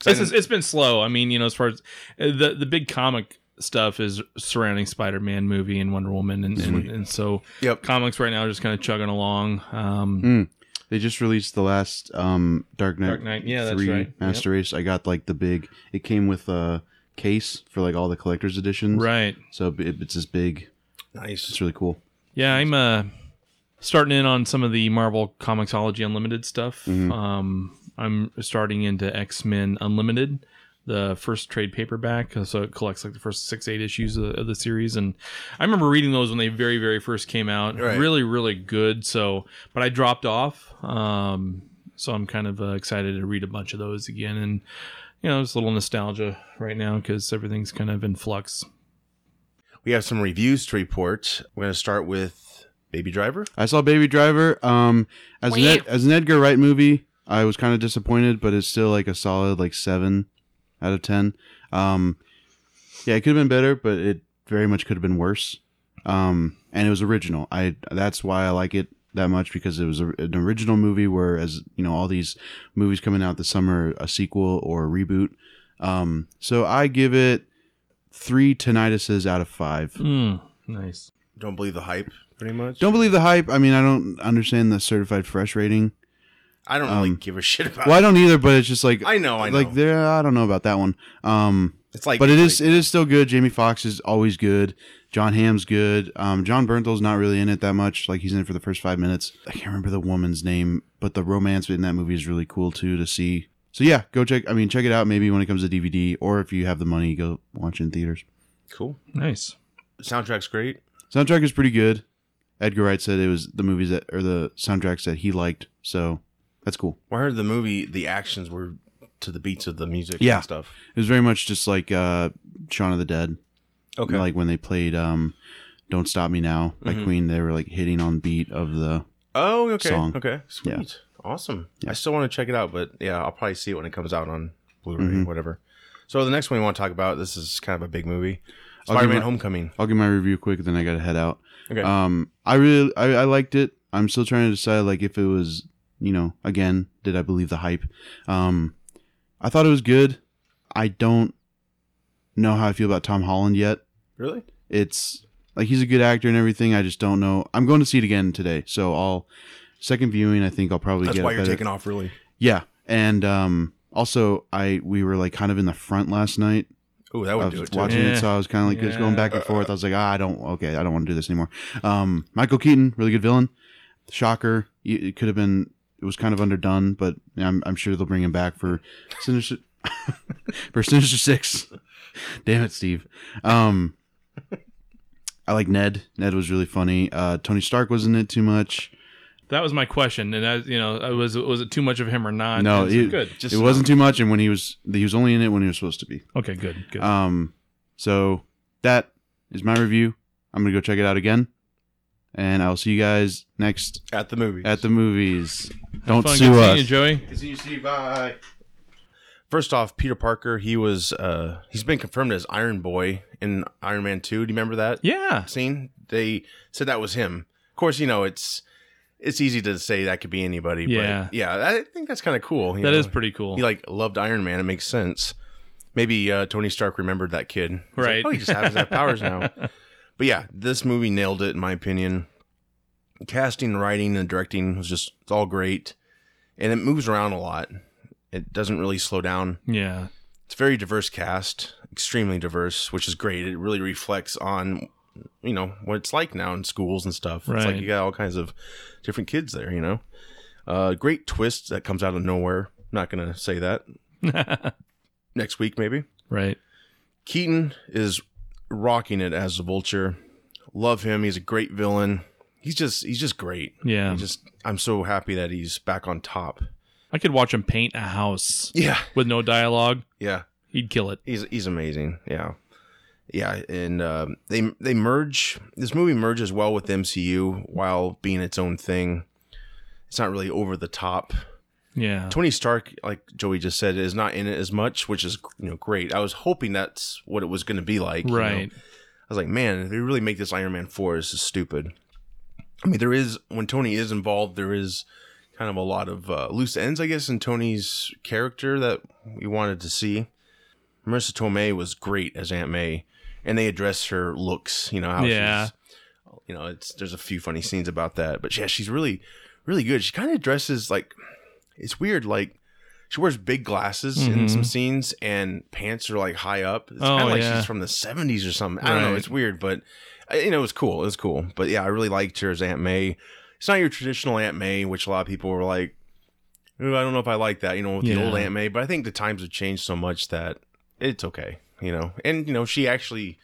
it's, it's it's been slow. I mean, you know, as far as uh, the the big comic stuff is surrounding Spider-Man movie and Wonder Woman, and and, and so
Yep.
comics right now are just kind of chugging along. Um,
Mm.
They just released the last um, Dark Knight.
Dark Knight, yeah, that's right.
Master Race. I got like the big. It came with a case for like all the collector's editions.
Right.
So it, it's this big.
Nice.
It's really cool.
Yeah, I'm uh starting in on some of the Marvel Comicsology Unlimited stuff. Um I'm starting into X-Men Unlimited, the first trade paperback, Uh, so it collects like the first 6-8 issues of, of the series and I remember reading those when they very very first came out.
Right.
Really really good. So, but I dropped off. Um so I'm kind of uh, excited to read a bunch of those again and you know, it's a little nostalgia right now cuz everything's kind of in flux.
We have some reviews to report. We're going to start with Baby Driver.
I saw Baby Driver. Um, as an Ed, as an Edgar Wright movie, I was kind of disappointed, but it's still like a solid like seven out of ten. Um, yeah, it could have been better, but it very much could have been worse. Um, and it was original. I that's why I like it. that much because it was a, an original movie. Whereas you know all these movies coming out this summer, are a sequel or a reboot. Um, so I give it three tinnitus out of five.
Mm, nice.
Don't believe the hype, pretty much.
Don't believe the hype. I mean, I don't understand the certified fresh rating.
I don't really
um,
give a shit about.
Well, I
it.
don't either, but it's just like
I know, I know.
like there. I don't know about that one. Um,
it's like,
but it is
like-
it is still good. Jamie Foxx is always good. John Hamm's good. Um, John Bernthal's not really in it that much. Like he's in it for the first five minutes. I can't remember the woman's name, but the romance in that movie is really cool too to see. So yeah, go check. I mean, check it out. Maybe when it comes to DVD, or if you have the money, go watch it in theaters.
cool.
Nice.
Soundtrack's great.
Soundtrack is pretty good. Edgar Wright said it was the movies that or the soundtracks that he liked. So that's cool.
Well, I heard the movie. The actions were to the beats of the music
Yeah.
and stuff.
It was very much just like uh, Shaun of the Dead.
Okay.
Like when they played um, "Don't Stop Me Now" by
Mhm.
Queen, they were like hitting on beat of the
oh, okay,
Song.
okay, sweet,
Yeah.
awesome.
Yeah.
I still want to check it out, but yeah, I'll probably see it when it comes out on Blu-ray,
Mhm.
whatever. So the next one we want to talk about. This is kind of a big movie.
I'll give
Spider-Man:
my-
Homecoming.
I'll give my review quick, then I gotta head out.
Okay.
Um, I really, I, I liked it. I'm still trying to decide, like, if it was, you know, again, did I believe the hype? Um, I thought it was good. I don't know how I feel about Tom Holland yet.
really?
It's like he's a good actor and everything. I just don't know. I'm going to see it again today, so I'll second viewing. I think I'll probably
That's
get.
why
a
you're
better-
taking off, really.
Yeah, and um, also I we were like kind of in the front last night
Oh, that would
of
do it. Too.
watching
Yeah.
it, so I was kind of like just going
Yeah.
back and forth. I was like, ah, I don't, okay, I don't want to do this anymore. Um, Michael Keaton, really good villain. Shocker, it it could have been, it was kind of underdone, but I'm, I'm sure they'll bring him back for Sinister, for Sinister Six. Damn it, Steve. Um, I like Ned. Ned was really funny. Uh, Tony Stark wasn't in it too much.
That was my question, and I, you know, I was was it too much of him or not?
no,
It's
it,
good.
Just
it wasn't too much. And when he was, he was only in it when he was supposed to be.
Okay, good, good.
Um, so that is my review. I'm gonna go check it out again, and I'll see you guys next
at the movie.
at the movies. Don't
Fun, good
sue
seeing
us.
you, Joey.
you, Steve. Bye.
First off, Peter Parker, he was uh he's been confirmed as Iron Boy in Iron Man 2. Do you remember that
Yeah,
scene? They said that was him. Of course, you know, it's it's easy to say that could be anybody,
Yeah.
but yeah, I think that's kind of cool. That is
that is pretty cool.
He like loved Iron Man, it makes sense. Maybe uh, Tony Stark remembered that kid. He's like,
Right.
oh, he just happens to have powers now. But yeah, this movie nailed it in my opinion. Casting, writing, and directing was just it's all great. And it moves around a lot. It doesn't really slow down.
yeah,
It's a very diverse cast, extremely diverse, which is great. It really reflects on, you know, what it's like now in schools and stuff. It's like
Right.
you got all kinds of different kids there, you know. Uh, great twist that comes out of nowhere. not gonna say that next week maybe.
right.
Keaton is rocking it as the Vulture. Love him. He's a great villain. He's just he's just great.
Yeah,
He just I'm so happy that he's back on top.
I could watch him paint a house
Yeah,
with no dialogue.
yeah.
He'd kill it.
He's he's amazing. Yeah, yeah. And um they they merge. This movie merges well with MCU while being its own thing. It's not really over the top.
Yeah,
Tony Stark, like Joey just said, is not in it as much, which is you know great. I was hoping that's what it was going to be like. you know.
right.
I was like, man, if they really make this Iron Man 4, this is stupid. I mean, there is, when Tony is involved, there is kind of a lot of uh, loose ends, I guess, in Tony's character that we wanted to see. Marissa Tomei was great as Aunt May, and they address her looks, you know, how
Yeah.
she's, you know, it's there's a few funny scenes about that. But yeah, she's really, really good. She kind of dresses like, it's weird, like, she wears big glasses in
Mhm.
some scenes, and pants are like high up. It's
Oh,
kind of like
yeah.
she's from the 70s or something. I don't know.
Right.
It's weird, but uh, you know, it was cool. It was cool. But yeah, I really liked her as Aunt May. It's not your traditional Aunt May, which a lot of people were like, "Ooh, I don't know if I like that, you know, with the
Yeah.
old Aunt May. But I think the times have changed so much that it's okay, you know. And you know, she actually,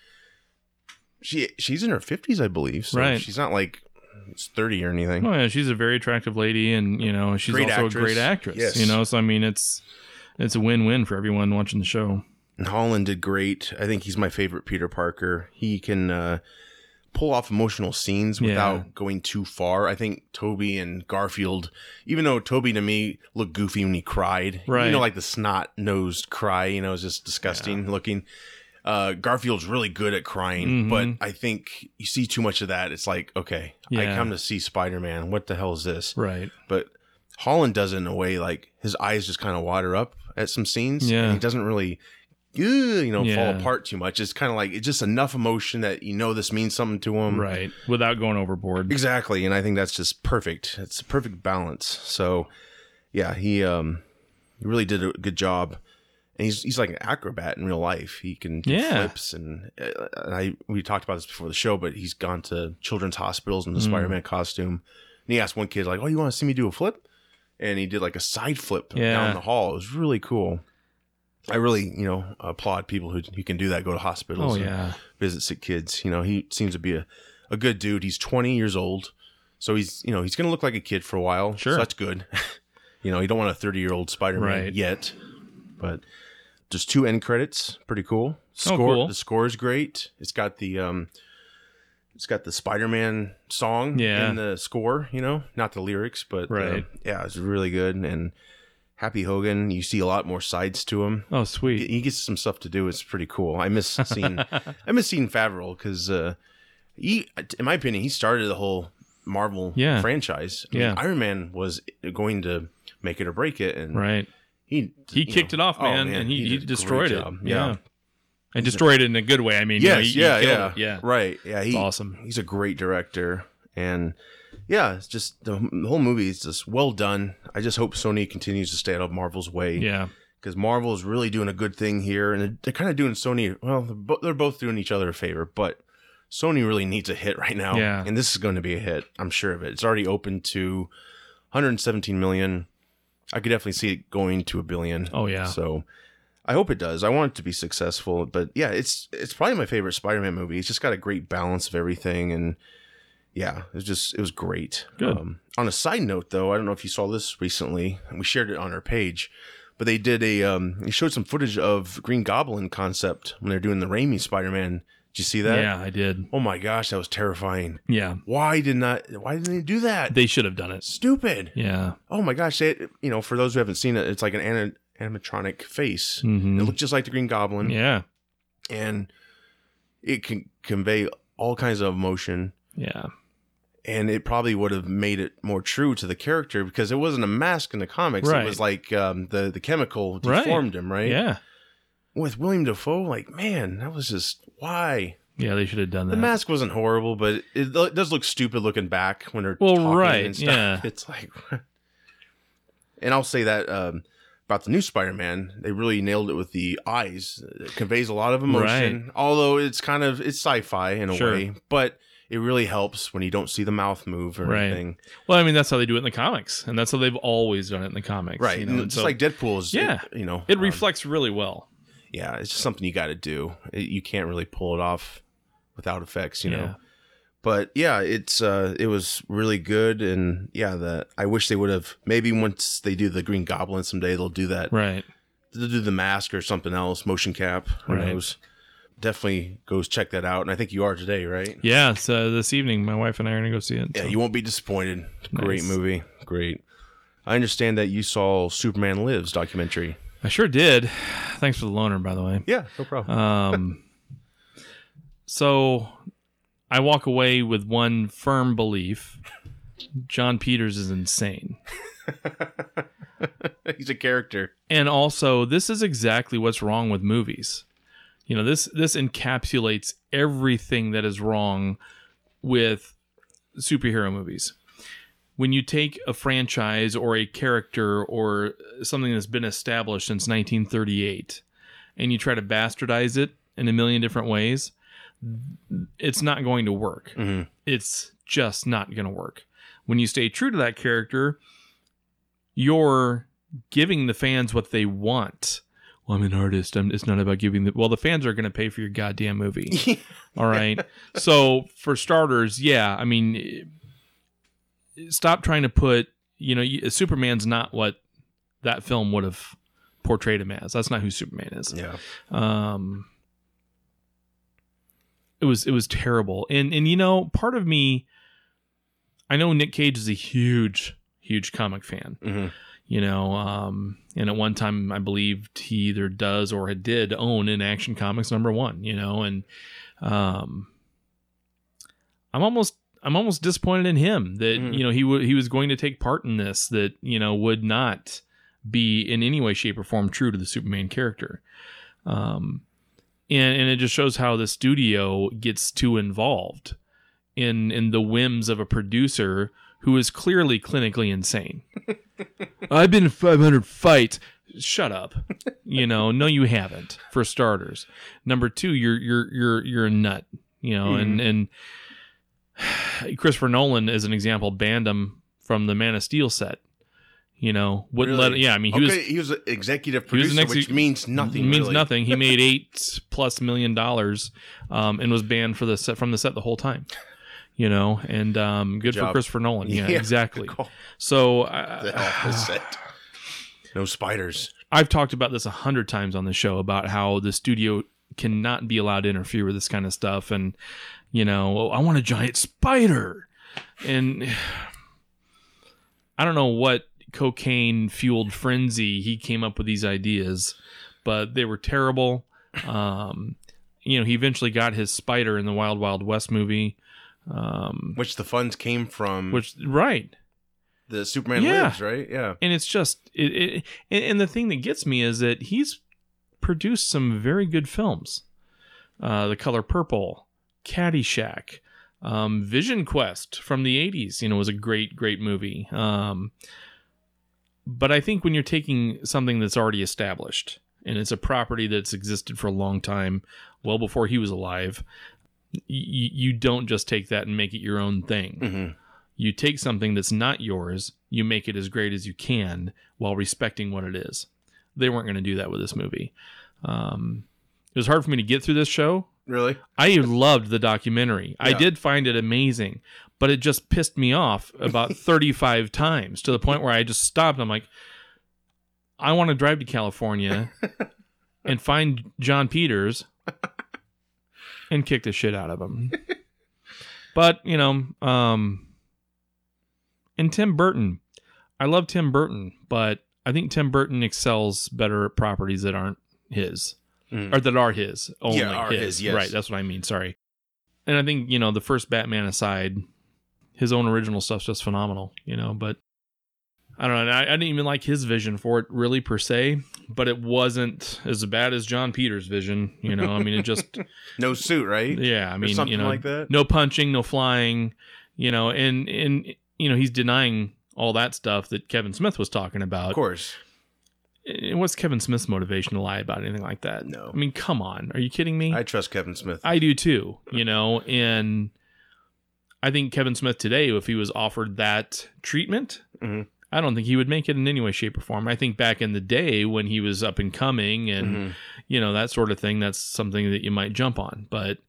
she she's in her 50s, I believe. So
Right.
she's not like 30 or anything.
Oh yeah, she's a very attractive lady, and you know she's
Great
also a
actress.
great actress.
Yes.
You know, so I mean, it's it's a win-win for everyone watching the show.
And Holland did great. I think he's my favorite Peter Parker. He can uh, pull off emotional scenes
Yeah.
without going too far. I think Toby and Garfield, even though Toby to me looked goofy when he cried, you
Right.
know, like the snot nosed cry, you know, it's just disgusting looking. Uh, Garfield's really good at crying,
Mhm.
but I think you see too much of that. It's like, okay, I
Yeah.
come to see Spider Man. What the hell is this?
Right.
But Holland does it in a way like his eyes just kind of water up at some scenes.
Yeah.
And he doesn't really, "Ugh," you know,
Yeah.
fall apart too much. It's kind of like it's just enough emotion that you know this means something to him.
Right. Without going overboard.
Um, Exactly, and I think that's just perfect. It's a perfect balance. So, yeah, he um he really did a good job, and he's he's like an acrobat in real life. He can do
Yeah.
flips, and, uh, and I we talked about this before the show, but he's gone to children's hospitals in the
Mm.
Spider Man costume, and he asked one kid like, "Oh, you want to see me do a flip?" And he did like a side flip
Yeah.
down the hall. It was really cool. I really, you know, applaud people who, who can do that. Go to hospitals.
Oh
and-
yeah.
visit sick kids. You know, he seems to be a, a good dude. He's 20 years old. So he's, you know, he's going to look like a kid for a while.
Sure.
So that's good. you know, you don't want a 30 year old Spider Man
Right.
yet. But just two end credits. Pretty cool. Score.
Oh, cool.
The score is great. It's got the, um, it's got the Spider Man song
Yeah.
in the score, you know, not the lyrics, but uh,
Right.
yeah, it's really good. And Happy Hogan, you see a lot more sides to him
Oh sweet.
he gets some stuff to do. It's pretty cool. I miss seeing I miss seeing Favreau because uh, he, in my opinion, he started the whole Marvel
Yeah.
franchise. I mean,
Yeah.
Iron Man was going to make it or break it, and
Right.
he
He
you
kicked
know,
it off,
oh,
man, and he,
did
he
a great
destroyed it.
job.
Yeah.
yeah.
And destroyed it in a good way. I mean, you know,
Yes,
he- he
yeah,
killed
yeah,
it. Yeah.
Right. Yeah. He,
It's awesome.
He's a great director, and yeah, it's just the the whole movie is just well done. I just hope Sony continues to stay out of Marvel's way.
Yeah.
because Marvel is really doing a good thing here, and they're, they're kind of doing Sony. Well, they're, bo- they're both doing each other a favor, but Sony really needs a hit right now.
Yeah.
and this is going to be a hit. I'm sure of it. It's already open to 117 million. I could definitely see it going to a billion.
Oh yeah.
So I hope it does. I want it to be successful, but yeah, it's it's probably my favorite Spider-Man movie. It's just got a great balance of everything, and yeah, it was just it was great.
Good.
Um, on a side note, though, I don't know if you saw this recently, and we shared it on our page, but they did a um, they showed some footage of Green Goblin concept when they're doing the Raimi Spider-Man. Did you see that?
yeah, I did.
Oh my gosh, that was terrifying.
Yeah.
Why did not? Why didn't they do that?
They should have done it.
Stupid.
Yeah.
Oh my gosh, they, you know, for those who haven't seen it, it's like an ana- animatronic face. It
hmm
looked just like the Green Goblin,
Yeah.
and it can convey all kinds of emotion.
Yeah.
And it probably would have made it more true to the character because it wasn't a mask in the comics.
Right.
It was like um, the the chemical
Right.
deformed him, right?
Yeah.
With William Defoe, like man, that was just why
Yeah. They should have done
the
that.
mask wasn't horrible, but it, lo- it does look stupid looking back when they're
Well,
talking
right,
And stuff.
yeah.
it's like, and I'll say that um, about the new Spider-Man, they really nailed it with the eyes. It conveys a lot of emotion, although it's kind of it's sci-fi in a
Sure.
way, but it really helps when you don't see the mouth move or
Right.
anything.
well, I mean, that's how they do it in the comics, and that's how they've always done it in the comics.
Right,
You
It's
know? and
just
so
like Deadpool's.
Yeah.
it, you know,
it
um,
reflects really well.
yeah, it's just something you got to do. It, you can't really pull it off without effects, you
Yeah.
know. But yeah, it's uh it was really good and yeah, the I wish they would have maybe once they do the Green Goblin someday they'll do that.
Right.
They'll do the mask or something else, motion cap, who
Right.
knows. Definitely goes check that out and I think you are today, right?
Yeah. So this evening, my wife and I are gonna go see it.
Yeah,
so-
you won't be disappointed. Great
Nice.
movie. Great. I understand that you saw Superman Lives documentary.
I sure did. Thanks for the loaner, by the way.
Yeah, no problem.
Um, so I walk away with one firm belief: John Peters is insane.
He's a character.
and also this is exactly what's wrong with movies you know this this encapsulates everything that is wrong with superhero movies when you take a franchise or a character or something that's been established since 1938 and you try to bastardize it in a million different ways it's not going to work
Mhm.
it's just not going to work when you stay true to that character you're giving the fans what they want. Well, I'm an artist. I'm, it's not about giving the. Well, the fans are going to pay for your goddamn movie. All right. So for starters, yeah, I mean, eh, stop trying to put. You know, you- Superman's not what that film would have portrayed him as. That's not who Superman is.
Yeah.
Um, it was it was terrible, and and you know, part of me. I know Nick Cage is a huge, huge comic fan
Mhm.
you know um and at one time i believed he either does or did own in action comics number one you know and um i'm almost i'm almost disappointed in him that
Mm.
you know he w- he was going to take part in this that you know would not be in any way shape or form true to the superman character um and and it just shows how the studio gets too involved in in the whims of a producer who is clearly clinically insane. I've been in 500 fights. Shut up. You know, no, you haven't. For starters, number two, you're you're you're you're a nut. You know, and and Christopher Nolan, as an example, banned him from the Man of Steel set. You know, wouldn't let.
Really?
Yeah, I mean, he was
okay, he was an executive
he
producer,
was an
which
exec-
means nothing.
it means
really.
nothing. He made eight plus million dollars, um, and was banned for the set from the set the whole time. You know, and um, good, for
job.
Christopher Nolan. Yeah,
Yeah,
exactly.
good call.
So uh,
The
I,
hell is that? No spiders.
I've talked about this a hundred times on the show about how the studio cannot be allowed to interfere with this kind of stuff, and you know, "Oh, I want a giant spider, and I don't know what cocaine fueled frenzy he came up with these ideas, but they were terrible. Um, you know, he eventually got his spider in the Wild Wild West movie, um,
Which the funds came from
which right,
the Superman
Yeah.
lives, right? Yeah.
and it's just it, it and, and the thing that gets me is that he's produced some very good films uh the color purple caddyshack um vision quest from the 80s you know was a great great movie um but i think when you're taking something that's already established and it's a property that's existed for a long time well before he was alive y- y- you don't just take that and make it your own thing
hmm
you take something that's not yours, you make it as great as you can while respecting what it is. They weren't going to do that with this movie. Um, it was hard for me to get through this show.
Really?
I loved the documentary. I
Yeah.
did find it amazing, but it just pissed me off about 35 times to the point where I just stopped. I'm like, I want to drive to California and find John Peters and kick the shit out of him. But, you know, um, and Tim Burton. I love Tim Burton, but I think Tim Burton excels better at properties that aren't his
Mm.
or that are his only
Yeah, are
his.
his, yes.
Right, that's what I mean. Sorry. And I think you know the first Batman aside, his own original stuff's just phenomenal. You know, but I don't know. I, I didn't even like his vision for it really per se, but it wasn't as bad as John Peters' vision. You know, I mean, it just
No suit, right?
yeah, I mean,
something
you know,
like that?
No punching, no flying, you know, and and you know he's denying all that stuff that Kevin Smith was talking about.
Of course.
And What's Kevin Smith's motivation to lie about anything like that?
No.
I mean, come on, are you kidding me?
I trust Kevin Smith.
I do too, you know, and I think Kevin Smith today, if he was offered that treatment,
Mhm.
I don't think he would make it in any way, shape, or form. I think back in the day when he was up and coming and
Mhm.
you know that sort of thing, that's something that you might jump on. But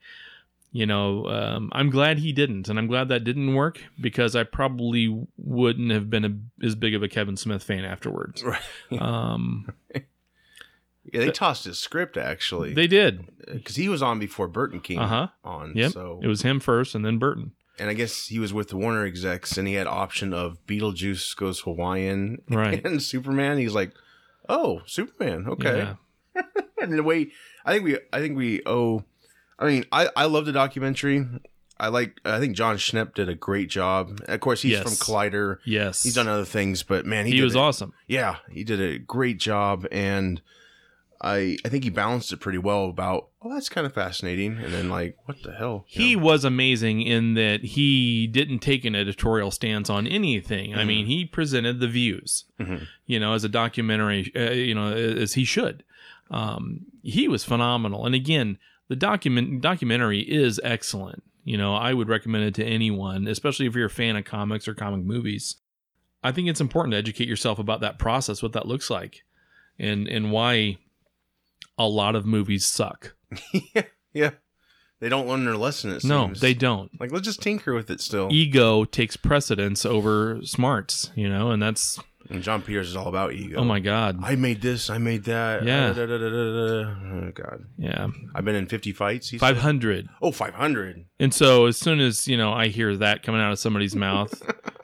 you know, um, I'm glad he didn't, and I'm glad that didn't work because I probably wouldn't have been a, as big of a Kevin Smith fan afterwards.
Right.
Um,
Yeah, they tossed his script actually
they did.
because he was on before Burton King
Uh huh.
on.
Yep.
So
It was him first, and then Burton.
and I guess he was with the Warner execs, and he had option of Beetlejuice goes Hawaiian
Right.
and Superman. He's like, oh, Superman, okay.
Yeah.
And the way I think we, I think we owe. I mean, I I love the documentary. I like. I think John Schnepp did a great job. Of course, he's
Yes.
from Collider.
Yes.
He's done other things, but man, he,
he
did
was
a-
awesome.
yeah, he did a great job, and I I think he balanced it pretty well. About oh, that's kind of fascinating, and then like what the hell? you
He
know?
was amazing in that he didn't take an editorial stance on anything. I
Mm-hmm.
mean, he presented the views,
Mhm.
you know, as a documentary, uh, you know, as he should. Um, he was phenomenal, and again, the document documentary is excellent. You know, I would recommend it to anyone, especially if you're a fan of comics or comic movies. I think it's important to educate yourself about that process, what that looks like, and and why a lot of movies suck.
yeah, they don't learn their lesson. It
No,
seems.
they don't.
like let's just tinker with it still.
ego takes precedence over smarts, you know, and that's
and John Peters is all about ego.
oh my god,
I made this, I made that.
Yeah.
uh, da, da, da, da, da. Oh God,
yeah,
I've been in fifty fights. He
five
said.
hundred.
Oh, 500.
And so as soon as you know I hear that coming out of somebody's mouth,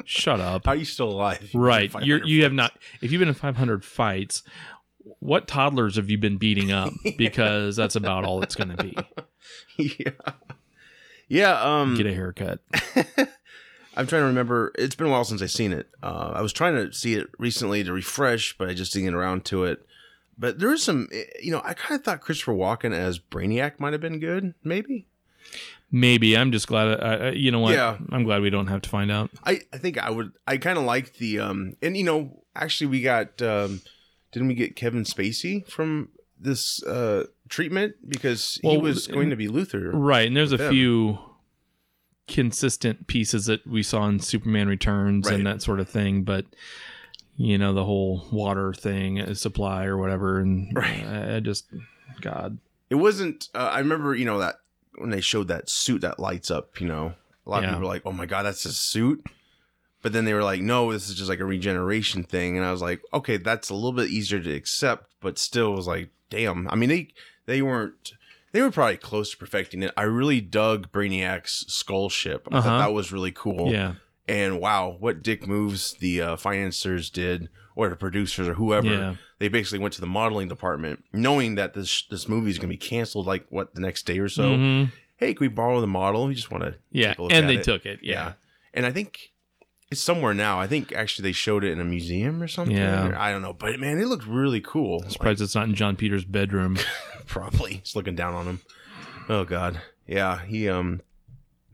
Shut up.
How are you still alive?
Right.
Five
You're,
hundred
you have
fights.
not. If you've been in 500 fights, what toddlers have you been beating up? Because that's about all it's going to be.
yeah. Yeah. Um.
Get a haircut.
I'm trying to remember. It's been a while since I've seen it. Uh, I was trying to see it recently to refresh, but I just didn't get around to it. But there is some, eh, you know, I kind of thought Christopher Walken as Brainiac might have been good, maybe.
Maybe. I'm just glad. I, I, you know what?
Yeah.
I'm glad we don't have to find out.
I, I think I would, I kind of liked the, um, and you know, actually we got, um, didn't we get Kevin Spacey from this uh, treatment because he
Well,
was
and-
going to be Luther?
Right. And there's a
With them.
few consistent pieces that we saw in Superman Returns and
Right.
that sort of thing. But, you know, the whole water thing, uh, supply or whatever. And
Right.
I, I just, God.
It wasn't, uh, I remember, you know, that when they showed that suit that lights up, you know, a lot
Yeah.
of people were like, oh my God, that's a suit. But then they were like, no, this is just like a regeneration thing. And I was like, okay, that's a little bit easier to accept, but still was like, damn. I mean, they, they weren't, they were probably close to perfecting it. I really dug Brainiac's skull ship. I
Uh-huh.
thought that was really cool.
Yeah.
And wow, what dick moves the uh, financiers did or the producers or whoever
Yeah.
they basically went to the modeling department knowing that this this movie is going to be canceled like what the next day or so.
Mhm.
Hey, can we borrow the model? We just want to
Yeah.
take a look at
And they
it.
took it. yeah.
And I think it's somewhere now. I think actually they showed it in a museum or something.
Yeah.
or I don't know, but man, it looked really cool.
Surprised it's not in John Peter's bedroom.
Like, probably just looking down on him. Oh god. Yeah, he um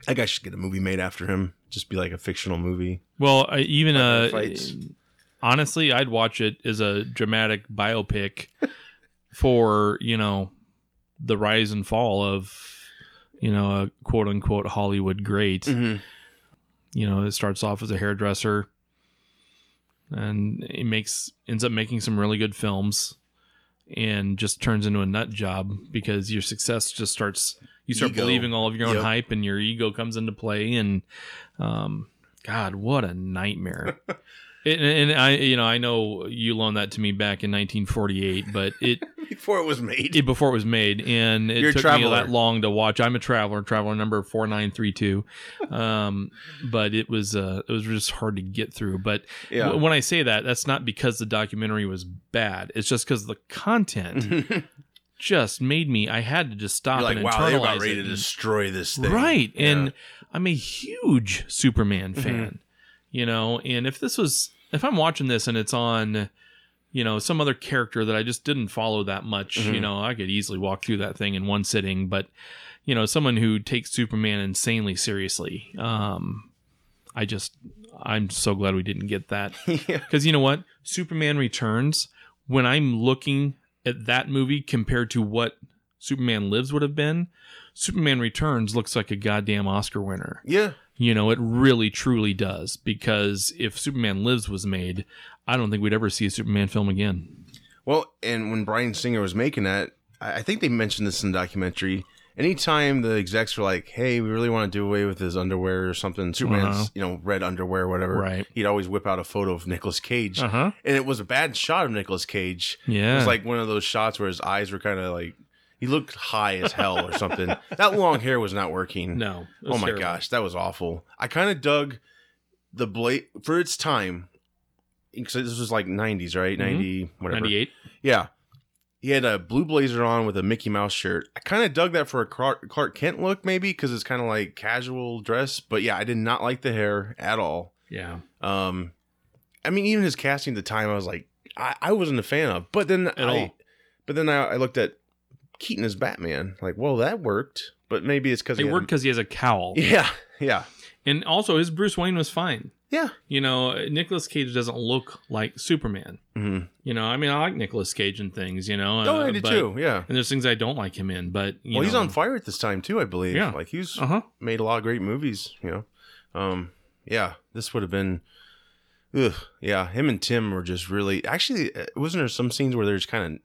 I guess I should get a movie made after him. Just be like a fictional movie.
Well, I, even uh,
fights.
honestly, I'd watch it as a dramatic biopic for you know the rise and fall of you know a quote unquote Hollywood great.
Mhm.
You know, it starts off as a hairdresser, and it makes ends up making some really good films, and just turns into a nut job because your success just starts. You start
Ego.
believing all of your own
Yep.
hype, and your ego comes into play, and um, God, what a nightmare. It, and I, you know, I know you loaned that to me back in 1948, but it,
Before it was made.
it before it was made, and it
You're a
took me
traveler.
that long to watch. I'm a traveler, traveler number four nine three two, um, but it was uh, it was just hard to get through. But
Yeah.
w- when I say that, that's not because the documentary was bad. It's just because the content just made me. I had to just stop
You're like,
and
wow,
internalize
they're about ready
it
to
and-
destroy this thing.
Right.
Yeah. Mm-hmm.
And I'm a huge Superman fan, you know, and if this was, if I'm watching this and it's on, you know, some other character that I just didn't follow that much,
Mm-hmm.
you know, I could easily walk through that thing in one sitting, but, you know, someone who takes Superman insanely seriously, um, I just, I'm so glad we didn't get that. Because you know what? Superman Returns, when I'm looking at that movie compared to what Superman Lives would have been, Superman Returns looks like a goddamn Oscar winner.
yeah.
You know, it really truly does because if Superman Lives was made, I don't think we'd ever see a Superman film again.
Well, and when Brian Singer was making that, I I think they mentioned this in the documentary. Anytime the execs were like, "Hey, we really want to do away with his underwear or something," Superman's
Uh-huh.
you know red underwear, or whatever.
Right.
He'd always whip out a photo of Nicolas Cage,
huh.
and it was a bad shot of Nicolas Cage. It
Yeah.
was like one of those shots where his eyes were kind of like he looked high as hell or something. that long hair was not working.
no. it was
Oh my
terrible.
gosh, that was awful. I kind of dug the blade for its time. Because this was like 90s, right?
Mhm.
90, whatever.
98.
Yeah. He had a blue blazer on with a Mickey Mouse shirt. I kind of dug that for a Clark, Clark Kent look, maybe, because it's kind of like casual dress. But yeah, I did not like the hair at all.
Yeah.
Um, I mean, even his casting at the time, I was like, I, I wasn't a fan of. But then I,
all.
but then I, I looked at Keaton as Batman. Like, well, that worked. But maybe it's because
It worked because he has a cowl.
Yeah, yeah,
And also, his Bruce Wayne was fine.
yeah.
You know, Nicolas Cage doesn't look like Superman.
Mhm.
You know, I mean, I like Nicolas Cage and things, you know.
Oh,
uh,
I did
but-
too. Yeah.
And there's things I don't like him in, but, you
Well,
know.
he's on fire at this time too, I believe.
Yeah.
Like he's
Uh huh.
made a lot of great movies, you know. Um, yeah, this would have been, ugh, yeah. Him and Tim were just really. Actually, uh, wasn't there some scenes where they're just kind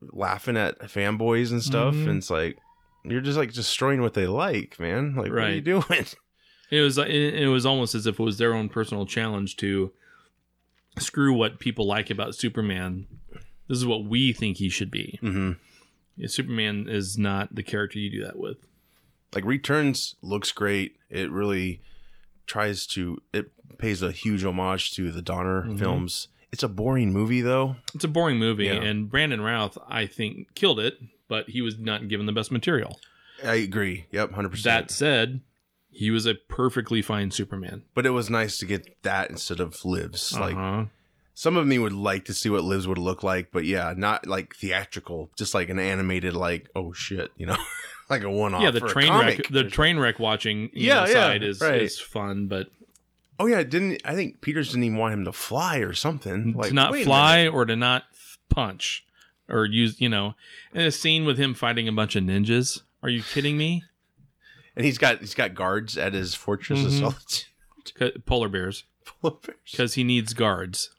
of laughing at fanboys and stuff?
Mhm.
And it's like you're just like destroying what they like, man. Like, what are you
Right.
doing?
It was it, it was almost as if it was their own personal challenge to screw what people like about Superman. This is what we think he should be.
Mhm.
Yeah, Superman is not the character you do that with.
Like, returns looks great. It really tries to it pays a huge homage to the Donner
Mm-hmm.
films. It's a boring movie though.
It's a boring movie,
Yeah.
and Brandon Routh, I think, killed it, but he was not given the best material.
I agree. Yep, hundred
That
percent.
said, he was a perfectly fine Superman.
But it was nice to get that instead of Lives. Like
Uh-huh.
some of me would like to see what Lives would look like, but yeah, not like theatrical, just like an animated, like oh shit, you know, like a one off.
yeah, the train wreck, the train wreck watching you
Yeah,
know,
yeah,
side is
right.
is fun, but
oh yeah, didn't I think Peters didn't even want him to fly or something? Like
to not
wait a
fly or to not f- punch or use, you know, and a scene with him fighting a bunch of ninjas. Are you kidding me?
and he's got he's got guards at his fortress
Mhm.
as well. It's
C- Polar bears,
full of bears.
because he needs guards.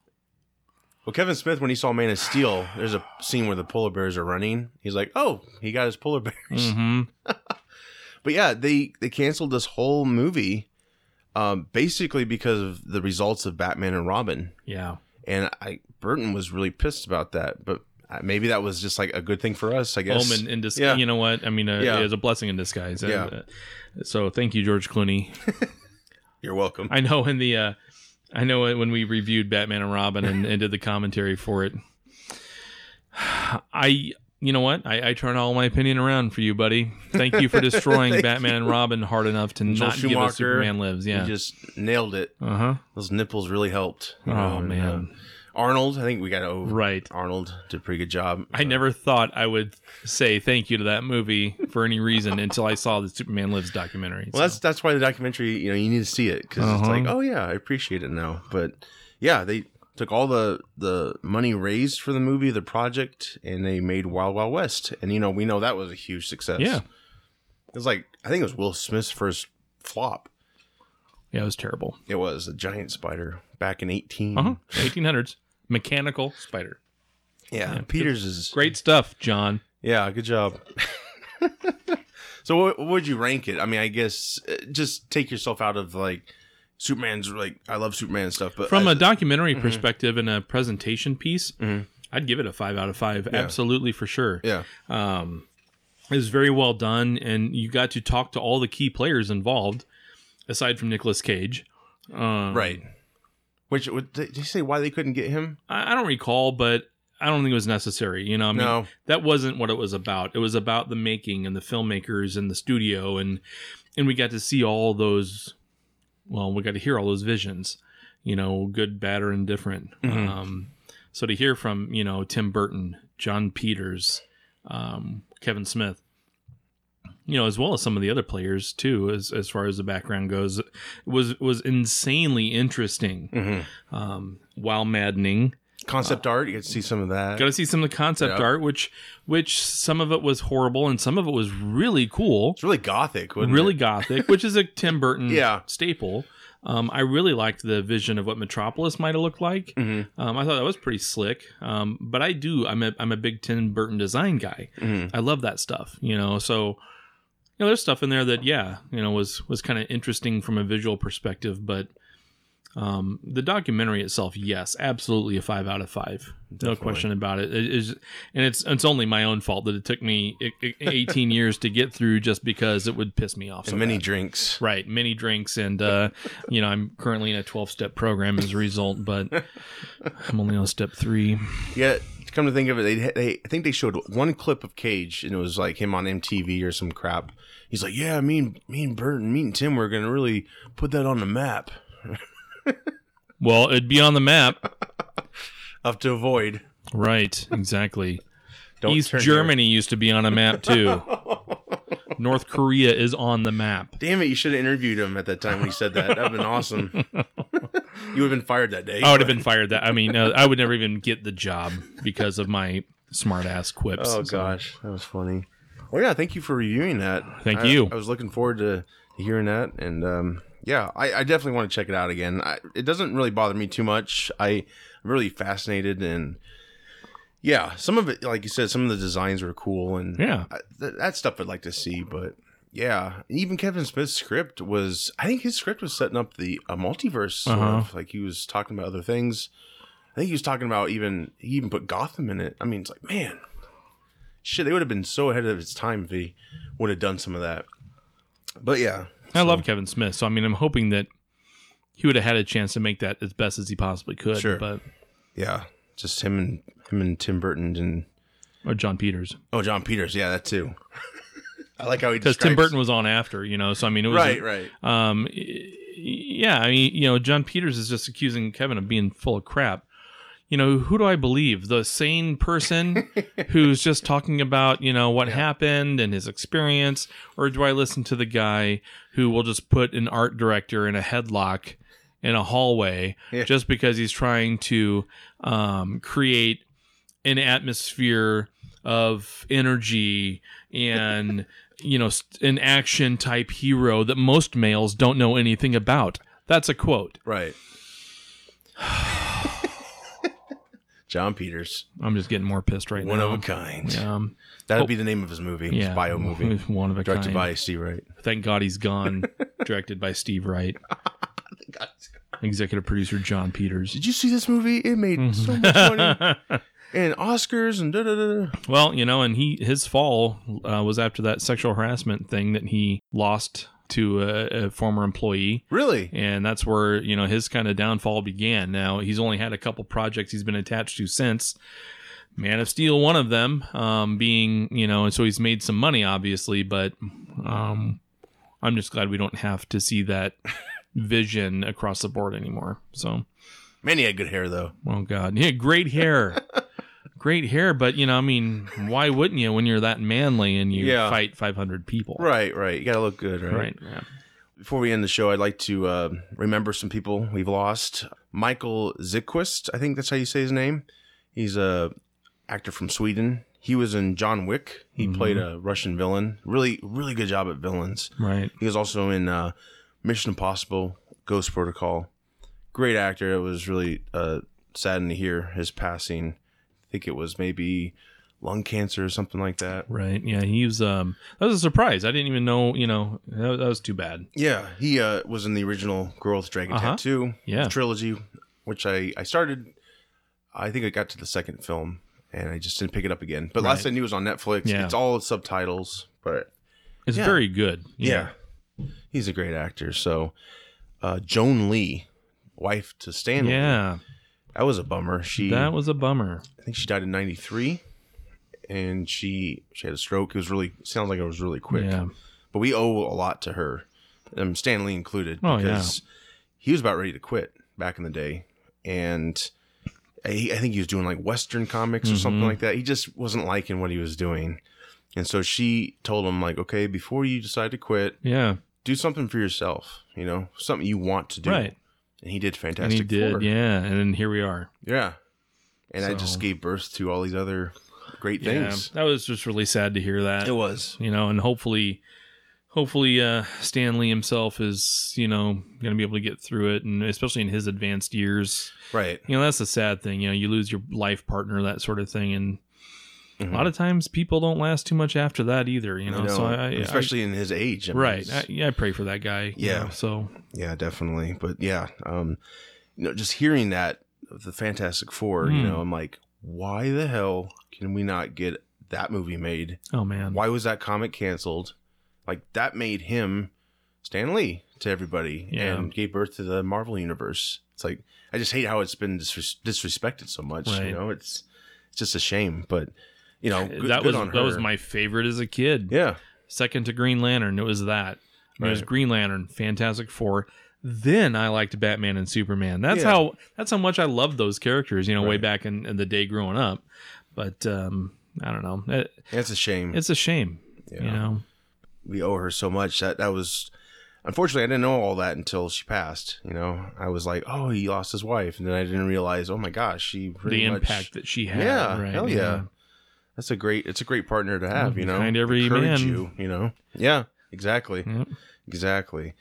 Well, Kevin Smith, when he saw Man of Steel, there's a scene where the polar bears are running. He's like, "Oh, he got his polar bears."
hmm
But yeah, they they canceled this whole movie, um, basically because of the results of Batman and Robin.
Yeah,
And I Burton was really pissed about that, but uh, maybe that was just like a good thing for us, I guess.
omen in disguise.
Yeah.
You know what? I mean, uh,
Yeah.
it's a blessing in disguise.
Yeah.
Uh, so thank you, George Clooney.
You're welcome.
I know in the, uh, I know it when we reviewed Batman and Robin and, and did the commentary for it. I, you know what? I, I turn all my opinion around for you, buddy. Thank you for destroying Batman and Robin hard enough to
Joel
not give
Schumacher,
us Superman Lives. Yeah.
He just nailed it.
Uh huh.
Those nipples really helped. you know,
Oh
and,
man.
uh, Arnold, I think we got over.
Right.
Arnold did a pretty good job.
I never thought I would say thank you to that movie for any reason until I saw the Superman Lives documentary.
Well, that's that's why the documentary, you know, you need to see it because it's
Uh-huh.
like, oh yeah, I appreciate it now. But yeah, they took all the the money raised for the movie, the project, and they made Wild Wild West, and you know, we know that was a huge success.
Yeah.
it was like I think it was Will Smith's first flop.
yeah, it was terrible.
It was a giant spider back in 18
Uh huh. 1800s mechanical spider.
Yeah, Peters is
Great stuff, John.
yeah, good job. so what what would you rank it? I mean, I guess uh, just take yourself out of like. Superman's like I love Superman and stuff, but
From a
as- Mm-hmm.
documentary perspective and a presentation piece, I'd give it a five out of five, absolutely for sure.
yeah,
Um, it was very well done, and you got to talk to all the key players involved, aside from Nicolas Cage. Um,
Right. Which would- did you say why they couldn't get him?
I, I don't recall, but I don't think it was necessary. You know, I mean,
No.
that wasn't what it was about. It was about the making and the filmmakers and the studio, and and we got to see all those. Well, we got to hear all those visions. You know, good, bad, or indifferent. Um, so to hear from you know Tim Burton, John Peters, um, Kevin Smith. You know, as well as some of the other players too, as as far as the background goes, was was insanely interesting, um, while maddening.
Concept art, you get to see some of that.
Got to see some of the concept
Yeah.
art, which which some of it was horrible and some of it was really cool,
It's really gothic, wasn't
really
it?
gothic, which is a Tim Burton
Yeah.
staple. Um, I really liked the vision of what Metropolis might have looked like.
Mm-hmm.
Um, I thought that was pretty slick. Um, but I do, I'm a I'm a big Tim Burton design guy.
Mm-hmm.
I love that stuff, you know. So you know, there's stuff in there that yeah, you know, was was kind of interesting from a visual perspective, but. Um, the documentary itself, yes, absolutely a five out of five, no question about it. It is, and it's it's only my own fault that it took me i- i- eighteen years to get through, just because it would piss me off. so
And many
bad.
drinks.
right, many drinks, and uh, you know I'm currently in a twelve step program as a result, but I'm only on step three.
Yeah, come to think of it, they, they I think they showed one clip of Cage, and it was like him on MTV or some crap. He's like, "Yeah, me and me and Burton, me and Tim, we're gonna really put that on the map."
Well, it'd be on the map,
Have to avoid.
right? Exactly.
Don't
East
Oh, turn your-
Germany used to be on a map too. North Korea is on the map.
Damn it! You should have interviewed him at that time when he said that. That'd have been awesome. you would have been fired that day.
I would have been fired. That I mean, uh, I would never even get the job because of my smart ass quips.
Oh
So,
gosh, that was funny. Well, yeah, thank you for reviewing that.
Thank
I-
you.
I was looking forward to hearing that, and um, yeah, I, I definitely want to check it out again. I, it doesn't really bother me too much. I, I'm really fascinated, and yeah, some of it, like you said, some of the designs were cool, and
Yeah.
I, th- that stuff I'd like to see, but. Yeah, and even Kevin Smith's script was. I think his script was setting up the a multiverse. Sort
Uh-huh.
of. Like he was talking about other things. I think he was talking about even he even put Gotham in it. I mean, it's like man, shit, they would have been so ahead of its time if they would have done some of that. But yeah,
I love Kevin Smith, so I mean, I'm hoping that he would have had a chance to make that as best as he possibly could.
Sure.
But
Yeah, just him and him and Tim Burton and
or John Peters
oh, John Peters. Yeah, that too. I like how he
because
describes
Tim Burton was on after, you know. So I mean, it was
Right, right.
Um, y- y- yeah, I mean, you know, John Peters is just accusing Kevin of being full of crap. You know, who do I believe? The sane person who's just talking about, you know, what happened and his experience, or do I listen to the guy who will just put an art director in a headlock in a hallway
Yeah.
just because he's trying to um, create an atmosphere of energy and you know st- an action type hero that most males don't know anything about that's a quote
Right. John Peters,
i'm just getting more pissed right
one
now
of a kind.
um
That'd
Oh.
be the name of his movie,
yeah
his bio movie,
one of a
directed
kind
by Steve Wright.
thank god he's gone directed by steve wright executive producer john peters
Did you see this movie? It made so much money and Oscars and da da da. da.
Well, you know, and he his fall uh, was after that sexual harassment thing that he lost to a, a former employee,
Really?
and that's where you know his kind of downfall began. Now he's only had a couple projects he's been attached to since. Man of Steel, one of them, um, being you know, and so he's made some money, obviously, but um, I'm just glad we don't have to see that vision across the board anymore. So.
Man, he had good hair though.
Oh God, yeah, great hair, great hair. But you know, I mean, why wouldn't you when you're that manly and you
Yeah.
fight 500 people?
Right, right. You gotta look good, right?
right. Yeah.
Before we end the show, I'd like to uh, remember some people we've lost. Michael Ziquist, I think that's how you say his name. He's a actor from Sweden. He was in John Wick. He played a Russian villain. Really, really good job at villains.
Right.
He was also in uh, Mission Impossible, Ghost Protocol. Great actor. It was really uh, saddened to hear his passing. I think it was maybe lung cancer or something like that.
Right. Yeah. He was. Um. That was a surprise. I didn't even know. You know. That, that was too bad.
Yeah, he uh, was in the original Girl with Dragon
Uh-huh.
Tattoo
Yeah.
trilogy, which I, I started. I think I got to the second film and I just didn't pick it up again. But last I knew it was on Netflix.
Yeah.
It's all subtitles, but
It's
Yeah.
very good.
Yeah. He's a great actor. So, uh, Joan Lee, wife to
Yeah.
Stan Lee. That was a bummer. She
That was a bummer.
I think she died in 93 and she she had a stroke. It was really sounds like it was really quick.
Yeah.
But we owe a lot to her. Um Stan Lee included
Oh, yeah.
he was about ready to quit back in the day and I, I think he was doing like western comics or
Mm-hmm.
something like that. He just wasn't liking what he was doing. And so she told him like, "Okay, before you decide to quit,
Yeah.
do something for yourself, you know, something you want to do."
Right.
And he did fantastic.
And he did.
Four.
Yeah. And then here we are.
Yeah. And I just
So-
gave birth to all these other great things.
Yeah. That was just really sad to hear that.
It was.
you know, and hopefully, hopefully, uh, Stanley himself is, you know, going to be able to get through it, and especially in his advanced years,
Right.
you know, that's the sad thing. You know, you lose your life partner, that sort of thing, and
Mhm.
a lot of times people don't last too much after that either. You
You
know,
know,
so I, I-
especially in his age. I
I-
mean,
right, I,
it's-
yeah, I pray for that guy. you
Yeah.
know, so
yeah, definitely. But yeah, um, you know, just hearing that of the Fantastic Four, you
Hmm.
know, I'm like, why the hell can we not get that movie made?
oh man,
Why was that comic canceled? Like that made him Stan Lee to everybody
Yeah.
and gave birth to the Marvel universe. It's like I just hate how it's been disres- disrespected so much.
Right.
You know, it's it's just a shame. But you know, good,
that
good
was
on
that was
her.
my favorite as a kid.
yeah.
Second to Green Lantern, it was that. I mean, It was
Right.
Green Lantern, Fantastic Four. Then I liked Batman and Superman. That's
Yeah.
how that's how much I loved those characters. You know, way
Right.
back in, in the day growing up. But um, I don't know. It,
It's a shame.
it's a shame.
Yeah.
You know.
we owe her so much. That that was unfortunately I didn't know all that until she passed. You know, I was like, oh, he lost his wife, and then I didn't realize, oh my gosh, she pretty
the
much,
impact that she had.
Yeah,
right?
hell yeah. That's a great. It's a great partner to have. You know,
Behind every
Encourage
man.
You, you know. Yeah. Exactly.
Yep.
Exactly.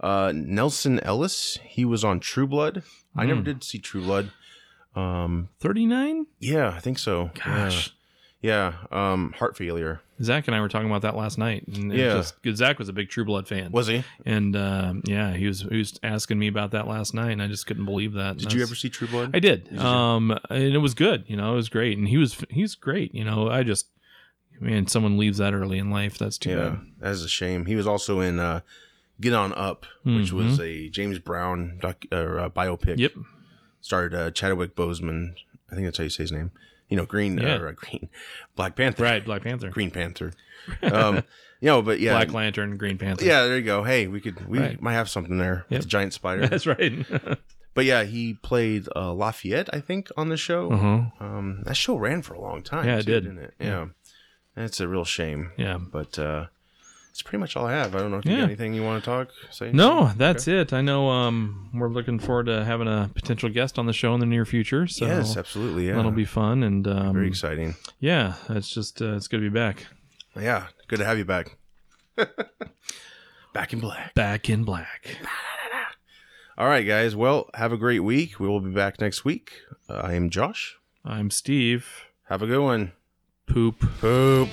Uh, Nelson Ellis. He was on True Blood. I never
Mm.
did see True Blood. Um.
Thirty nine?
Yeah, I think so. Yeah.
Gosh.
Yeah. Um. Heart failure.
Zach and I were talking about that last night. And
Yeah.
yeah. Just, 'cause Zach was a big True Blood fan.
Was he?
And um, yeah, he was he was asking me about that last night and I just couldn't believe that.
Did
And
you
that's-
ever see True Blood?
I did. Um, and it was good. You know, it was great. And he was he's great. You know, I just man, someone leaves that early in life. That's too
yeah,
bad.
that's a shame. He was also in uh, Get On Up, which was a James Brown doc, or uh biopic.
Mm-hmm. Yep.
Starred uh, Chadwick Boseman. I think that's how you say his name. You know, Green
Yeah.
or uh, Green Black Panther.
Right. Black Panther.
Green Panther. Um, you know, but yeah,
Black Lantern. Green Panther.
yeah. There you go. Hey, we could we
Right.
might have something there. with
Yep.
the giant spider.
That's right.
But yeah, he played uh, Lafayette, I think, on the show.
uh-huh.
Um, that show ran for a long time.
Yeah, it
too,
did.
didn't it? Yeah. that's a real shame.
Yeah.
But uh, it's pretty much all I have. I don't know if you
Yeah.
got anything you want to talk. Say
No, that's it. I know um, we're looking forward to having a potential guest on the show in the near future. So
yes, absolutely. Yeah,
that'll be fun. And um,
very exciting.
yeah, it's just uh, it's good to be back.
Yeah, good to have you back. back in black.
Back in black.
All right, guys. Well, have a great week. We will be back next week. Uh, I am Josh.
I'm Steve.
Have a good one.
Poop.
Poop.